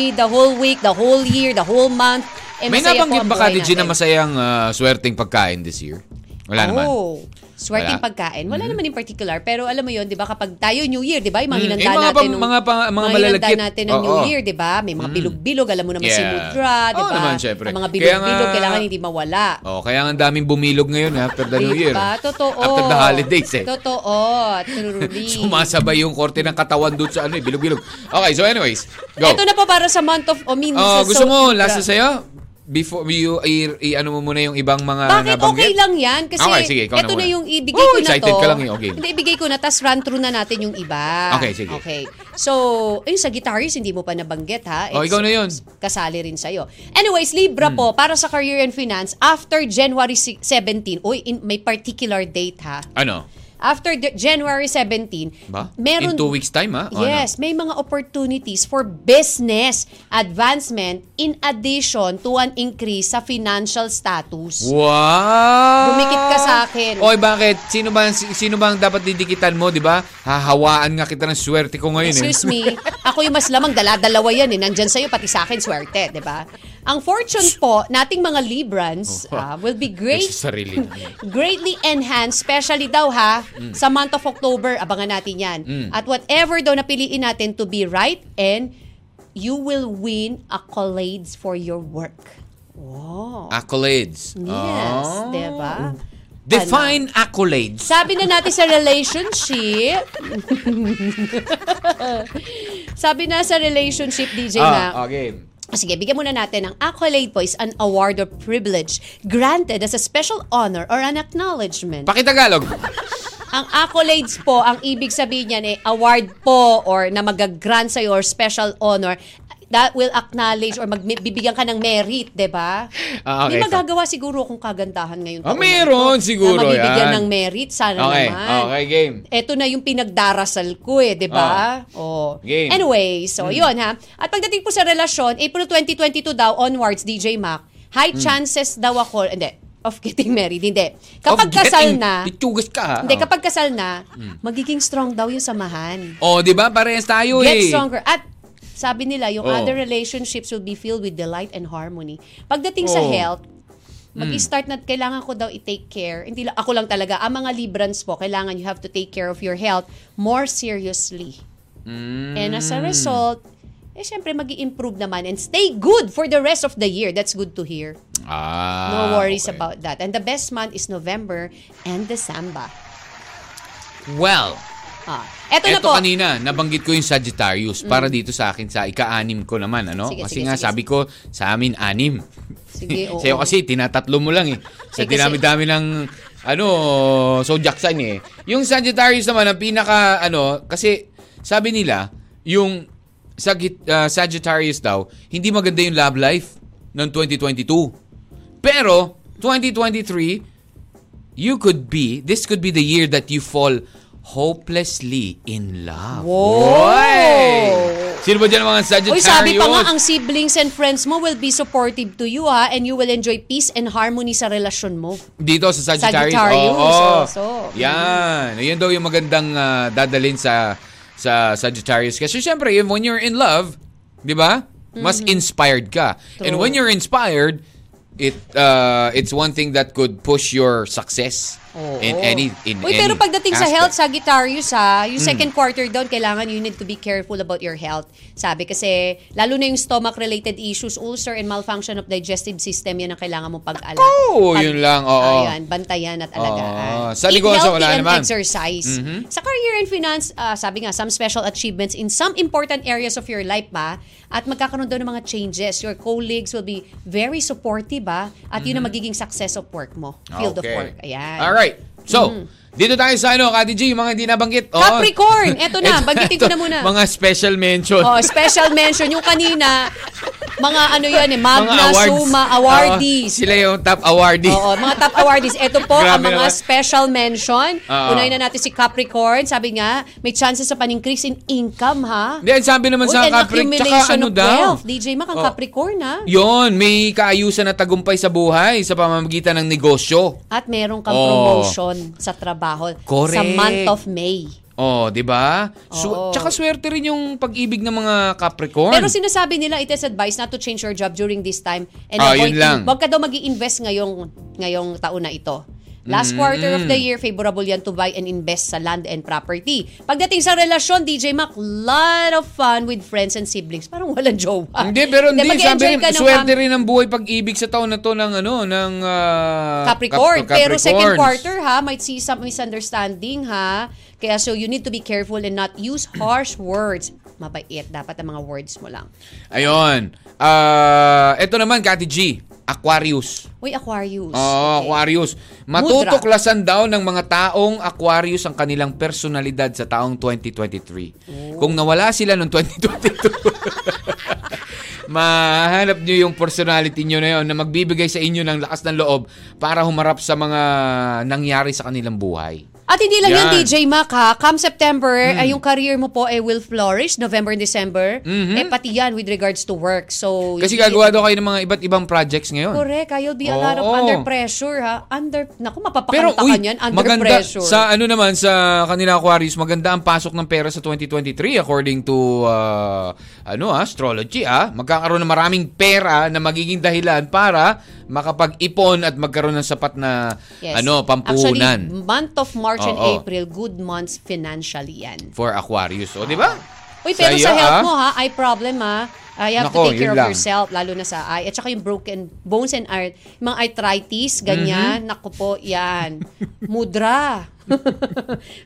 [SPEAKER 3] 2023, the whole week, the whole year, the whole month. Eh,
[SPEAKER 4] May
[SPEAKER 3] masaya po
[SPEAKER 4] nabanggit
[SPEAKER 3] ang
[SPEAKER 4] ba,
[SPEAKER 3] buhay
[SPEAKER 4] Kati G, na
[SPEAKER 3] natin.
[SPEAKER 4] masayang ah, swerteng pagkain this year? Wala naman.
[SPEAKER 3] Oh,
[SPEAKER 4] Wala.
[SPEAKER 3] swerteng
[SPEAKER 4] Mm-hmm.
[SPEAKER 3] pagkain. Wala naman in particular. Pero alam mo yun, di ba, kapag tayo New Year, di ba, yung mga
[SPEAKER 4] Mm,
[SPEAKER 3] hinanda
[SPEAKER 4] eh, mga
[SPEAKER 3] natin.
[SPEAKER 4] pang-
[SPEAKER 3] nung-
[SPEAKER 4] mga pang- mga
[SPEAKER 3] hinanda
[SPEAKER 4] malalagkit.
[SPEAKER 3] natin ng
[SPEAKER 4] Oo. Mm-hmm.
[SPEAKER 3] New Year, di ba? May mga bilog-bilog. Alam mo naman si
[SPEAKER 4] Yeah.
[SPEAKER 3] Mudra, di
[SPEAKER 4] Oo
[SPEAKER 3] ba?
[SPEAKER 4] naman, syempre.
[SPEAKER 3] Ang mga
[SPEAKER 4] Kaya
[SPEAKER 3] bilog-bilog,
[SPEAKER 4] nga-
[SPEAKER 3] kailangan hindi mawala.
[SPEAKER 4] Oh, kaya ang daming bumilog ngayon ah, after the
[SPEAKER 3] Di
[SPEAKER 4] new year.
[SPEAKER 3] ba? Totoo.
[SPEAKER 4] After the holidays eh.
[SPEAKER 3] Totoo. Truly.
[SPEAKER 4] Sumasabay yung korte ng katawan doon sa ano eh, bilog-bilog. Okay, so anyways, go.
[SPEAKER 3] Ito na po para sa month of, o mean,
[SPEAKER 4] Oh,
[SPEAKER 3] sa
[SPEAKER 4] gusto mo,
[SPEAKER 3] Libra.
[SPEAKER 4] last na sa'yo? Before you, i, i- ano mo muna yung ibang mga
[SPEAKER 3] Bakit okay
[SPEAKER 4] nabanggit?
[SPEAKER 3] lang yan? Kasi
[SPEAKER 4] Okay, sige, ikaw na
[SPEAKER 3] ito na,
[SPEAKER 4] muna.
[SPEAKER 3] yung ibigay
[SPEAKER 4] Oh,
[SPEAKER 3] ko na
[SPEAKER 4] excited
[SPEAKER 3] to.
[SPEAKER 4] ka lang eh, okay.
[SPEAKER 3] Hindi, ibigay ko na, tas run through na natin yung iba.
[SPEAKER 4] Okay, sige.
[SPEAKER 3] Okay. So, ayun, sa guitarist, hindi mo pa nabanggit ha.
[SPEAKER 4] Oh, ikaw na yun. Hmm.
[SPEAKER 3] Kasali rin sa'yo. Anyways, Libra po, para sa career and finance, after January si- 17, uy, in, may particular date ha.
[SPEAKER 4] Ano?
[SPEAKER 3] After de- January 17,
[SPEAKER 4] Ba?
[SPEAKER 3] meron...
[SPEAKER 4] In two weeks time, ha? O ano?
[SPEAKER 3] Yes, may mga opportunities for business advancement in addition to an increase sa financial status.
[SPEAKER 4] Wow!
[SPEAKER 3] Dumikit ka sa akin.
[SPEAKER 4] Oy, bakit? Sino ba, si- sino ba ang dapat didikitan mo, di ba? Hahawaan nga kita ng swerte ko ngayon. eh.
[SPEAKER 3] Excuse me, ako yung mas lamang, dala-dalawa yan eh. Nandyan sa'yo, pati sa akin, swerte, di ba? Ang fortune po, nating mga Librans
[SPEAKER 4] Oh,
[SPEAKER 3] ah, will be great,
[SPEAKER 4] Sa sarili.
[SPEAKER 3] greatly enhanced, especially daw ha,
[SPEAKER 4] Mm.
[SPEAKER 3] sa month of October, abangan natin yan. At whatever daw napiliin natin to be right and you will win accolades for your work. Wow.
[SPEAKER 4] Accolades.
[SPEAKER 3] Ano? Yes,
[SPEAKER 4] Oh.
[SPEAKER 3] di ba?
[SPEAKER 4] Define accolades.
[SPEAKER 3] Sabi na natin sa relationship, sabi na sa relationship, DJ na,
[SPEAKER 4] Ah, okay.
[SPEAKER 3] Sige, bigyan muna natin ang accolade po is an award or privilege granted as a special honor or an acknowledgement.
[SPEAKER 4] Pakitagalog.
[SPEAKER 3] ang accolades po, ang ibig sabihin niyan eh, award po or na magagrant sa'yo or special honor that will acknowledge or magbibigyan ka ng merit, di ba?
[SPEAKER 4] Ah, okay.
[SPEAKER 3] May magagawa siguro kung kagandahan ngayon.
[SPEAKER 4] Ah,
[SPEAKER 3] taon na
[SPEAKER 4] meron
[SPEAKER 3] ito,
[SPEAKER 4] siguro
[SPEAKER 3] Na mabibigyan
[SPEAKER 4] yan.
[SPEAKER 3] ng merit, sana
[SPEAKER 4] Okay,
[SPEAKER 3] naman.
[SPEAKER 4] okay, game. Ah,
[SPEAKER 3] Ito na yung pinagdarasal ko eh, di ba? Oh.
[SPEAKER 4] Game. Hmm.
[SPEAKER 3] Anyway, so yun ha. At pagdating po sa relasyon, April 2022 daw onwards, DJ Mac, high chances daw ako, hindi, of getting married, hindi. Kapag
[SPEAKER 4] Hmm. Of
[SPEAKER 3] kasal
[SPEAKER 4] getting-
[SPEAKER 3] na,
[SPEAKER 4] Titugas ka, ha?
[SPEAKER 3] hindi, kapag kasal na,
[SPEAKER 4] Hmm.
[SPEAKER 3] magiging strong daw yung samahan.
[SPEAKER 4] Oh, di ba? Parehas tayo eh.
[SPEAKER 3] Get stronger. At sabi nila, yung
[SPEAKER 4] Oo.
[SPEAKER 3] other relationships will be filled with delight and harmony. Pagdating sa
[SPEAKER 4] Oo. Hmm.
[SPEAKER 3] health, mag-start na kailangan ko daw i-take care. Hindi lang, ako lang talaga. Ang mga Librans po, kailangan you have to take care of your health more seriously.
[SPEAKER 4] Hmm.
[SPEAKER 3] And as a result, eh syempre mag improve naman and stay good for the rest of the year. That's good to hear.
[SPEAKER 4] Ah,
[SPEAKER 3] No worries
[SPEAKER 4] okay.
[SPEAKER 3] about that. And the best month is November and December.
[SPEAKER 4] Well,
[SPEAKER 3] Ah, eto na
[SPEAKER 4] eto
[SPEAKER 3] po. Mm.
[SPEAKER 4] kanina, nabanggit ko yung Sagittarius para dito sa akin sa ika-anim ko naman, ano?
[SPEAKER 3] Sige,
[SPEAKER 4] kasi
[SPEAKER 3] sige,
[SPEAKER 4] nga
[SPEAKER 3] sige,
[SPEAKER 4] sabi ko, sa amin, anim.
[SPEAKER 3] Sige, oo.
[SPEAKER 4] Sa'yo kasi, tinatatlo mo lang eh. Sa
[SPEAKER 3] Eh, kasi-
[SPEAKER 4] dinami-dami ng, ano, zodiac sign eh. Yung Sagittarius naman, ang pinaka, ano, kasi sabi nila, yung Sagit- ah, Sagittarius daw, hindi maganda yung love life ng 2022. Pero, 2023, you could be, this could be the year that you fall hopelessly in love.
[SPEAKER 3] Whoa!
[SPEAKER 4] Oy! Sino ba dyan ang mga
[SPEAKER 3] Uy,
[SPEAKER 4] Sagittarius?
[SPEAKER 3] sabi pa nga, ang siblings and friends mo will be supportive to you ha, and you will enjoy peace and harmony sa relasyon mo.
[SPEAKER 4] Dito sa Sagittarius.
[SPEAKER 3] Sagittarius,
[SPEAKER 4] Oo.
[SPEAKER 3] also.
[SPEAKER 4] Yan. Yan daw yung magandang ah, dadalhin sa sa Sagittarius. Kasi syempre, yun, when you're in love, di ba? Mas inspired ka. And
[SPEAKER 3] Mm-hmm. True.
[SPEAKER 4] ah, when you're inspired, it uh, it's one thing that could push your success.
[SPEAKER 3] Oo.
[SPEAKER 4] in any in
[SPEAKER 3] Uy,
[SPEAKER 4] any
[SPEAKER 3] pero pagdating
[SPEAKER 4] aspect.
[SPEAKER 3] sa
[SPEAKER 4] Hmm.
[SPEAKER 3] health, Sagittarius ha, yung second quarter down, kailangan you need to be careful about your health. Sabi kasi, lalo na yung stomach-related issues, ulcer and malfunction of digestive system, yan ang kailangan mong pag-ala.
[SPEAKER 4] Nako,
[SPEAKER 3] Pag-
[SPEAKER 4] yun lang, oo.
[SPEAKER 3] Ayan, bantayan at alagaan.
[SPEAKER 4] Oo. Sa
[SPEAKER 3] Eat
[SPEAKER 4] negosyo,
[SPEAKER 3] healthy
[SPEAKER 4] wala
[SPEAKER 3] and
[SPEAKER 4] naman. Mm-hmm.
[SPEAKER 3] exercise. Sa career and finance, ah, sabi nga, some special achievements in some important areas of your life ba? At magkakaroon daw ng mga changes. Your colleagues will be very supportive ba? At yun ang magiging success of work mo. Field
[SPEAKER 4] Mm-hmm.
[SPEAKER 3] of
[SPEAKER 4] Okay.
[SPEAKER 3] work. Ayan. Mm-hmm.
[SPEAKER 4] Alright. So, dito tayo sa ano, Kati G, yung mga hindi nabanggit. Oo.
[SPEAKER 3] Capricorn! Eto na,
[SPEAKER 4] Eto-
[SPEAKER 3] banggitin ko na
[SPEAKER 4] eto,
[SPEAKER 3] muna.
[SPEAKER 4] Mga special mention.
[SPEAKER 3] Oh, special mention yung kanina, mga ano yan eh,
[SPEAKER 4] mga
[SPEAKER 3] Magna
[SPEAKER 4] awards.
[SPEAKER 3] Summa
[SPEAKER 4] Oo,
[SPEAKER 3] awardees.
[SPEAKER 4] sila yung top awardee.
[SPEAKER 3] Oo, mga top awardees. Ito po ang
[SPEAKER 4] Grabe
[SPEAKER 3] mga
[SPEAKER 4] naman.
[SPEAKER 3] special mention.
[SPEAKER 4] Oo.
[SPEAKER 3] Unay na natin si Capricorn. Sabi nga, may chances sa pan-increase in income, ha?
[SPEAKER 4] Then sabi naman
[SPEAKER 3] Uy,
[SPEAKER 4] sa
[SPEAKER 3] and
[SPEAKER 4] Capricorn, tsaka
[SPEAKER 3] accumulation
[SPEAKER 4] ano
[SPEAKER 3] of
[SPEAKER 4] daw.
[SPEAKER 3] wealth. DJ Mac, ang
[SPEAKER 4] Oh.
[SPEAKER 3] Capricorn, ha?
[SPEAKER 4] Yon, may kaayusan na tagumpay sa buhay sa pamamagitan ng negosyo.
[SPEAKER 3] At meron kang
[SPEAKER 4] Oh.
[SPEAKER 3] promotion sa trabaho
[SPEAKER 4] Correct.
[SPEAKER 3] sa month of May.
[SPEAKER 4] Oh, 'di ba? Su-
[SPEAKER 3] Oo.
[SPEAKER 4] tsaka swerte rin yung pag-ibig ng mga Capricorn.
[SPEAKER 3] Pero sinasabi nila, it is advised not to change your job during this time. And
[SPEAKER 4] Ah,
[SPEAKER 3] avoid,
[SPEAKER 4] yun lang.
[SPEAKER 3] Huwag ka daw mag invest ngayong, ngayong taon na ito.
[SPEAKER 4] Mm.
[SPEAKER 3] Last quarter of the year, favorable yan to buy and invest sa land and property. Pagdating sa relasyon, DJ Mac, lot of fun with friends and siblings. Parang walang jowa.
[SPEAKER 4] hindi, pero hindi.
[SPEAKER 3] mag-enjoy
[SPEAKER 4] Sabi rin,
[SPEAKER 3] ka ng
[SPEAKER 4] swerte
[SPEAKER 3] fam-
[SPEAKER 4] rin ang buhay pag-ibig sa taon na to ng ano, ng ah, Cap-
[SPEAKER 3] Capricorn. Pero second
[SPEAKER 4] Capricorns.
[SPEAKER 3] quarter ha, might see some misunderstanding ha. Kaya so you need to be careful and not use harsh words. Mabait dapat ang mga words mo lang.
[SPEAKER 4] Ayun. Ah, ito naman, Kati G. Aquarius.
[SPEAKER 3] Uy,
[SPEAKER 4] Oo,
[SPEAKER 3] Aquarius. Okay.
[SPEAKER 4] Aquarius. Matutuklasan daw ng mga taong Aquarius ang kanilang personalidad sa taong
[SPEAKER 3] Oh.
[SPEAKER 4] 2023. Kung nawala sila noong 2022, mahanap nyo yung personality nyo na yun na magbibigay sa inyo ng lakas ng loob para humarap sa mga nangyari sa kanilang buhay.
[SPEAKER 3] At hindi lang
[SPEAKER 4] Yan. Hmm.
[SPEAKER 3] yan, DJ Mac, ha? Come September, ay yung career mo po eh, will flourish, November and December. Eh, pati yan with regards to work. So,
[SPEAKER 4] Mm-hmm. Kasi gagawa daw kayo ng mga iba't ibang projects ngayon.
[SPEAKER 3] Correct, ha? you'll be a lot
[SPEAKER 4] Oo.
[SPEAKER 3] of under pressure, ha? Under, naku,
[SPEAKER 4] Pero
[SPEAKER 3] mapapakanta
[SPEAKER 4] uy,
[SPEAKER 3] ka niyan, under
[SPEAKER 4] maganda
[SPEAKER 3] pressure.
[SPEAKER 4] sa ano naman sa kanila Aquarius, maganda ang pasok ng pera sa 2023 according to ah, ano ah, astrology ah. Magkakaroon ng maraming pera na magiging dahilan para makapag-ipon at magkaroon ng sapat na
[SPEAKER 3] Yes.
[SPEAKER 4] ano pampuhunan
[SPEAKER 3] Actually, month of March and
[SPEAKER 4] Oo.
[SPEAKER 3] April, good months financially yan.
[SPEAKER 4] for Aquarius. O di ba?
[SPEAKER 3] Uy, pero
[SPEAKER 4] Saya,
[SPEAKER 3] sa health
[SPEAKER 4] ah.
[SPEAKER 3] mo ha, eye problem ha. Uh, you have
[SPEAKER 4] Nako,
[SPEAKER 3] to take care
[SPEAKER 4] yun
[SPEAKER 3] of
[SPEAKER 4] lang.
[SPEAKER 3] yourself, lalo na sa eye. At saka yung broken bones and art, yung mga arthritis,
[SPEAKER 4] Mm-hmm.
[SPEAKER 3] ganyan. Nako po, yan. Mudra.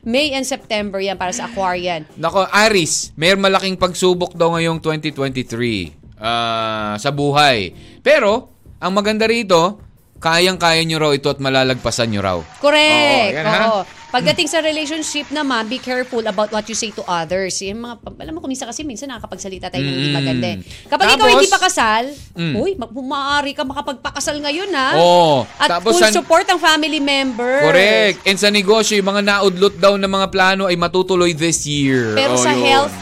[SPEAKER 3] May and September yan para sa Aquarian.
[SPEAKER 4] Nako, Aris, may malaking pagsubok daw ngayong 2023 ah, sa buhay. Pero ang maganda rito, kayang-kaya nyo raw ito at malalagpasan nyo raw.
[SPEAKER 3] Correct.
[SPEAKER 4] Oo, yan, ha?
[SPEAKER 3] Oo. Pagdating sa relationship naman, be careful about what you say to others. Yung mga, alam mo, kumisa kasi minsan nakakapagsalita tayo ng hindi
[SPEAKER 4] Mm.
[SPEAKER 3] maganda. eh. Kapag ikaw
[SPEAKER 4] Tapos- Mm.
[SPEAKER 3] hindi pa kasal, uy, ma- maaari ka makapagpakasal ngayon ha.
[SPEAKER 4] Oo.
[SPEAKER 3] At
[SPEAKER 4] Tapos
[SPEAKER 3] full
[SPEAKER 4] san-
[SPEAKER 3] support ang family members.
[SPEAKER 4] Correct. And sa negosyo, yung mga naudlot daw ng mga plano ay matutuloy this year.
[SPEAKER 3] Pero
[SPEAKER 4] Oh,
[SPEAKER 3] sa
[SPEAKER 4] yun.
[SPEAKER 3] health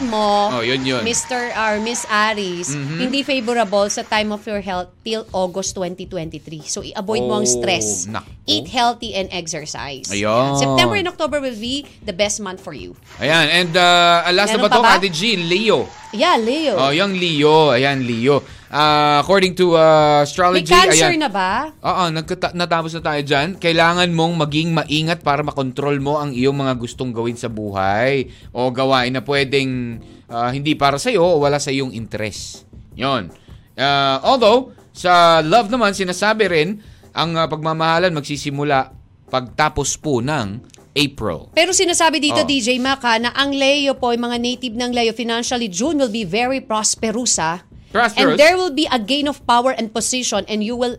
[SPEAKER 4] Oh,
[SPEAKER 3] mo,
[SPEAKER 4] yun Mm-hmm. yun.
[SPEAKER 3] Mr. or Miss Aris, hindi favorable sa time of your health till August 2023. So, i-avoid mo ang
[SPEAKER 4] Oh,
[SPEAKER 3] stress.
[SPEAKER 4] naku.
[SPEAKER 3] Eat healthy and exercise.
[SPEAKER 4] Ayun.
[SPEAKER 3] September and October will be the best month for you.
[SPEAKER 4] Ayan. And uh, alas na
[SPEAKER 3] Meron
[SPEAKER 4] ba to,
[SPEAKER 3] pa ba?
[SPEAKER 4] Kati G? Leo.
[SPEAKER 3] Yeah, Leo.
[SPEAKER 4] Oh, yung Leo. Ayan, Leo. Ah, according to uh,
[SPEAKER 3] May
[SPEAKER 4] astrology,
[SPEAKER 3] cancer
[SPEAKER 4] ayan.
[SPEAKER 3] na ba?
[SPEAKER 4] Oo, nagkata- natapos na tayo dyan. Kailangan mong maging maingat para makontrol mo ang iyong mga gustong gawin sa buhay o gawain na pwedeng ah, hindi para sa'yo o wala sa iyong interest. Yon. Ah, although, sa love naman, sinasabi rin, ang ah, pagmamahalan magsisimula pagtapos po ng April.
[SPEAKER 3] Pero sinasabi dito,
[SPEAKER 4] Oh.
[SPEAKER 3] DJ Mac, ha, na ang Leo po, yung mga native ng Leo, financially, June will be very prosperous, ha?
[SPEAKER 4] Prosperous.
[SPEAKER 3] And there will be a gain of power and position and you will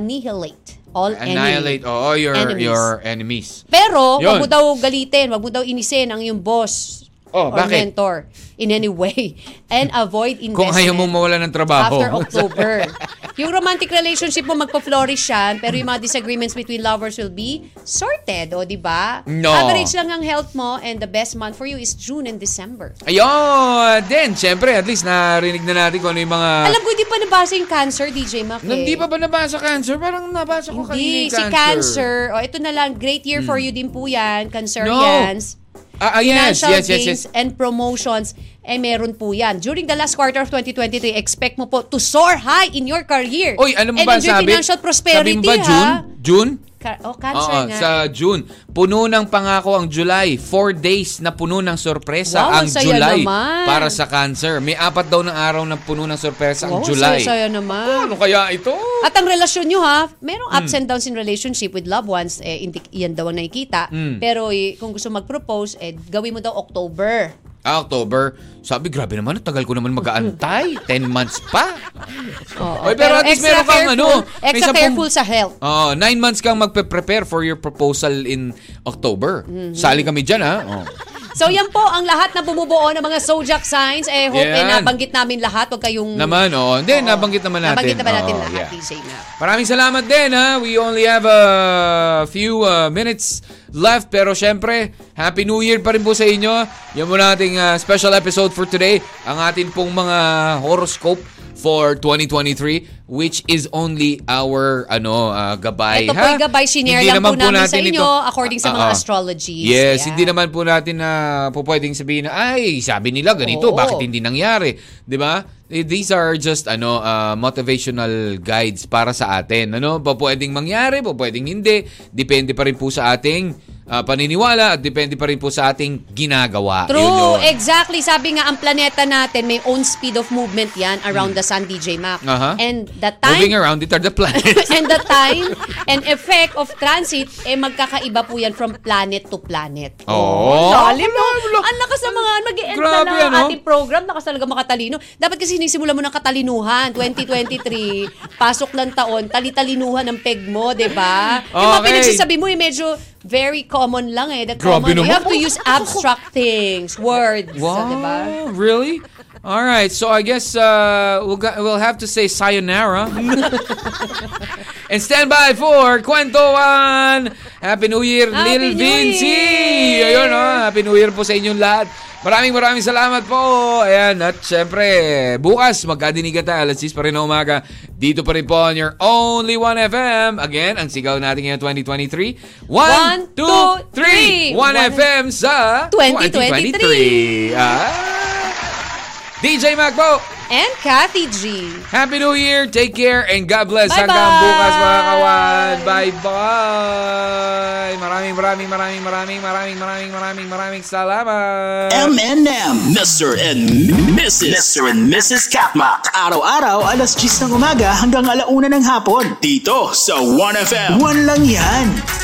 [SPEAKER 3] annihilate all
[SPEAKER 4] Annihilate,
[SPEAKER 3] enemy-
[SPEAKER 4] oo, your,
[SPEAKER 3] enemies.
[SPEAKER 4] your enemies.
[SPEAKER 3] Pero,
[SPEAKER 4] Yun.
[SPEAKER 3] wag mo daw galitin, wag mo daw inisin ang iyong boss
[SPEAKER 4] Oh,
[SPEAKER 3] or
[SPEAKER 4] bakit?
[SPEAKER 3] mentor in any way. And avoid
[SPEAKER 4] Kung
[SPEAKER 3] investment.
[SPEAKER 4] ayaw mong mawala ng trabaho.
[SPEAKER 3] After October. yung romantic relationship mo magpo-flourish yan, pero yung mga disagreements between lovers will be sorted, o di ba?
[SPEAKER 4] No.
[SPEAKER 3] Average lang ang health mo and the best month for you is June and December.
[SPEAKER 4] Ayun! Then, syempre, at least narinig na natin kung ano yung mga...
[SPEAKER 3] Alam ko hindi pa nabasa yung cancer, DJ Mac. eh.
[SPEAKER 4] Hindi pa ba nabasa cancer? Parang nabasa ko kanina
[SPEAKER 3] Hindi,
[SPEAKER 4] yung Hmm.
[SPEAKER 3] si cancer. O, ito na lang. Great year for you din po yan, Cancerians.
[SPEAKER 4] Ah, ah, yes,
[SPEAKER 3] Financial
[SPEAKER 4] yes, yes, yes.
[SPEAKER 3] gains and promotions, eh meron po yan. During the last quarter of 2023, expect mo po to soar high in your career.
[SPEAKER 4] Oy, alam mo
[SPEAKER 3] and
[SPEAKER 4] ba
[SPEAKER 3] enjoy
[SPEAKER 4] sabi?
[SPEAKER 3] financial
[SPEAKER 4] Sabi
[SPEAKER 3] prosperity,
[SPEAKER 4] mo ba June?
[SPEAKER 3] ha?
[SPEAKER 4] June?
[SPEAKER 3] Ca- oh, cancer
[SPEAKER 4] Oo,
[SPEAKER 3] nga.
[SPEAKER 4] sa June. Puno ng pangako ang July. Four days na puno ng sorpresa
[SPEAKER 3] Wow,
[SPEAKER 4] ang
[SPEAKER 3] ang saya
[SPEAKER 4] July
[SPEAKER 3] naman.
[SPEAKER 4] para sa cancer. May apat daw na araw na puno ng sorpresa ang
[SPEAKER 3] Wow,
[SPEAKER 4] July.
[SPEAKER 3] Oh, saya-saya naman.
[SPEAKER 4] Oh, ano kaya ito?
[SPEAKER 3] At ang relasyon nyo ha, merong ups
[SPEAKER 4] Hmm.
[SPEAKER 3] and downs in relationship with loved ones, eh, hindi, yan daw ang nakikita.
[SPEAKER 4] Hmm.
[SPEAKER 3] Pero eh, kung gusto mag-propose, eh, gawin mo daw October.
[SPEAKER 4] Ah, October. Sabi, grabe naman, ang tagal ko naman mag-aantay. Ten months pa.
[SPEAKER 3] Oo.
[SPEAKER 4] Oy, pero at least meron
[SPEAKER 3] extra
[SPEAKER 4] kang ano, may
[SPEAKER 3] Extra
[SPEAKER 4] sampung-
[SPEAKER 3] careful sa health.
[SPEAKER 4] Oh, nine months kang mag-prepare for your proposal in October.
[SPEAKER 3] Mm-hmm.
[SPEAKER 4] Sali kami dyan, ha? Oh.
[SPEAKER 3] So yan po ang lahat na bumubuo ng mga Zodiac signs. Eh, hope eh,
[SPEAKER 4] Yan.
[SPEAKER 3] nabanggit namin lahat. Huwag kayong...
[SPEAKER 4] Naman, oh. Hindi,
[SPEAKER 3] Oo.
[SPEAKER 4] nabanggit naman natin.
[SPEAKER 3] Nabanggit naman natin
[SPEAKER 4] Oo,
[SPEAKER 3] lahat,
[SPEAKER 4] yeah.
[SPEAKER 3] DJ na.
[SPEAKER 4] Maraming salamat din ha. We only have a few uh, minutes left pero syempre, Happy New Year pa rin po sa inyo. Yan muna ating uh, special episode for today. Ang atin pong mga horoscope for 2023 which is only our ano uh, gabay
[SPEAKER 3] Ito
[SPEAKER 4] ha.
[SPEAKER 3] po yung gabay, shinare
[SPEAKER 4] Hindi
[SPEAKER 3] lang
[SPEAKER 4] naman
[SPEAKER 3] po namin sa inyo
[SPEAKER 4] ito-
[SPEAKER 3] according sa
[SPEAKER 4] Ah,
[SPEAKER 3] mga
[SPEAKER 4] ah.
[SPEAKER 3] astrologies.
[SPEAKER 4] Yes,
[SPEAKER 3] Yeah.
[SPEAKER 4] hindi naman po natin na po pwedeng sabihin na ay sabi nila ganito,
[SPEAKER 3] Oo.
[SPEAKER 4] bakit hindi nangyari? 'Di ba? Eh, These are just ano uh, motivational guides para sa atin. Ano, po pwedeng mangyari, po pwedeng hindi. Depende pa rin po sa ating uh, paniniwala at depende pa rin po sa ating ginagawa.
[SPEAKER 3] True,
[SPEAKER 4] Ah,
[SPEAKER 3] Eh,
[SPEAKER 4] Yun yun.
[SPEAKER 3] exactly. Sabi nga, ang planeta natin may own speed of movement yan around the sun, DJ Mac.
[SPEAKER 4] Aha.
[SPEAKER 3] And the
[SPEAKER 4] Hmm. Uh-huh. Moving
[SPEAKER 3] time...
[SPEAKER 4] around it are the planets.
[SPEAKER 3] and the time and effect of transit, eh magkakaiba po yan from planet to planet.
[SPEAKER 4] Oo.
[SPEAKER 3] Lalim no? Ang lakas ng mga, nag end na
[SPEAKER 4] Grabe,
[SPEAKER 3] lang ang
[SPEAKER 4] ano?
[SPEAKER 3] ating program, lakas talaga makatalino. Dapat kasi sinisimula mo ng katalinuhan, 2023, pasok lang taon, talitalinuhan ng peg mo, di ba? Yung mga
[SPEAKER 4] Okay.
[SPEAKER 3] pinagsasabi mo, eh, medyo very common lang eh. The
[SPEAKER 4] Grabe
[SPEAKER 3] common,
[SPEAKER 4] naman.
[SPEAKER 3] you have to use abstract things, words,
[SPEAKER 4] Wow,
[SPEAKER 3] di ba?
[SPEAKER 4] really? All right, so I guess uh, we'll, go- we'll have to say sayonara. And stand by for Kwentuhan! Happy New Year,
[SPEAKER 3] Happy
[SPEAKER 4] Lil
[SPEAKER 3] New
[SPEAKER 4] Vinci!
[SPEAKER 3] Year!
[SPEAKER 4] Ayun, oh, Happy New Year po sa inyong lahat. Maraming maraming salamat po. Ayan, at syempre, bukas magkadinigan tayo alas 6 pa rin ng umaga. Dito pa rin po on your only 1FM. Again, ang sigaw natin ngayon 2023. 1, 2, 3! 1FM sa
[SPEAKER 3] 2023.
[SPEAKER 4] Ah. DJ Mac po!
[SPEAKER 3] And Kathy G.
[SPEAKER 4] Happy New Year. Take care and God bless.
[SPEAKER 3] Bye-bye.
[SPEAKER 4] Hanggang bukas mga kawan. Bye-bye. Maraming maraming maraming maraming maraming maraming maraming maraming salamat.
[SPEAKER 1] M&M. Mr. and Mrs. Mr. and Mrs. Katma.
[SPEAKER 5] Araw-araw, alas 10 ng umaga hanggang alauna ng hapon.
[SPEAKER 1] Dito sa 1FM.
[SPEAKER 5] One lang yan.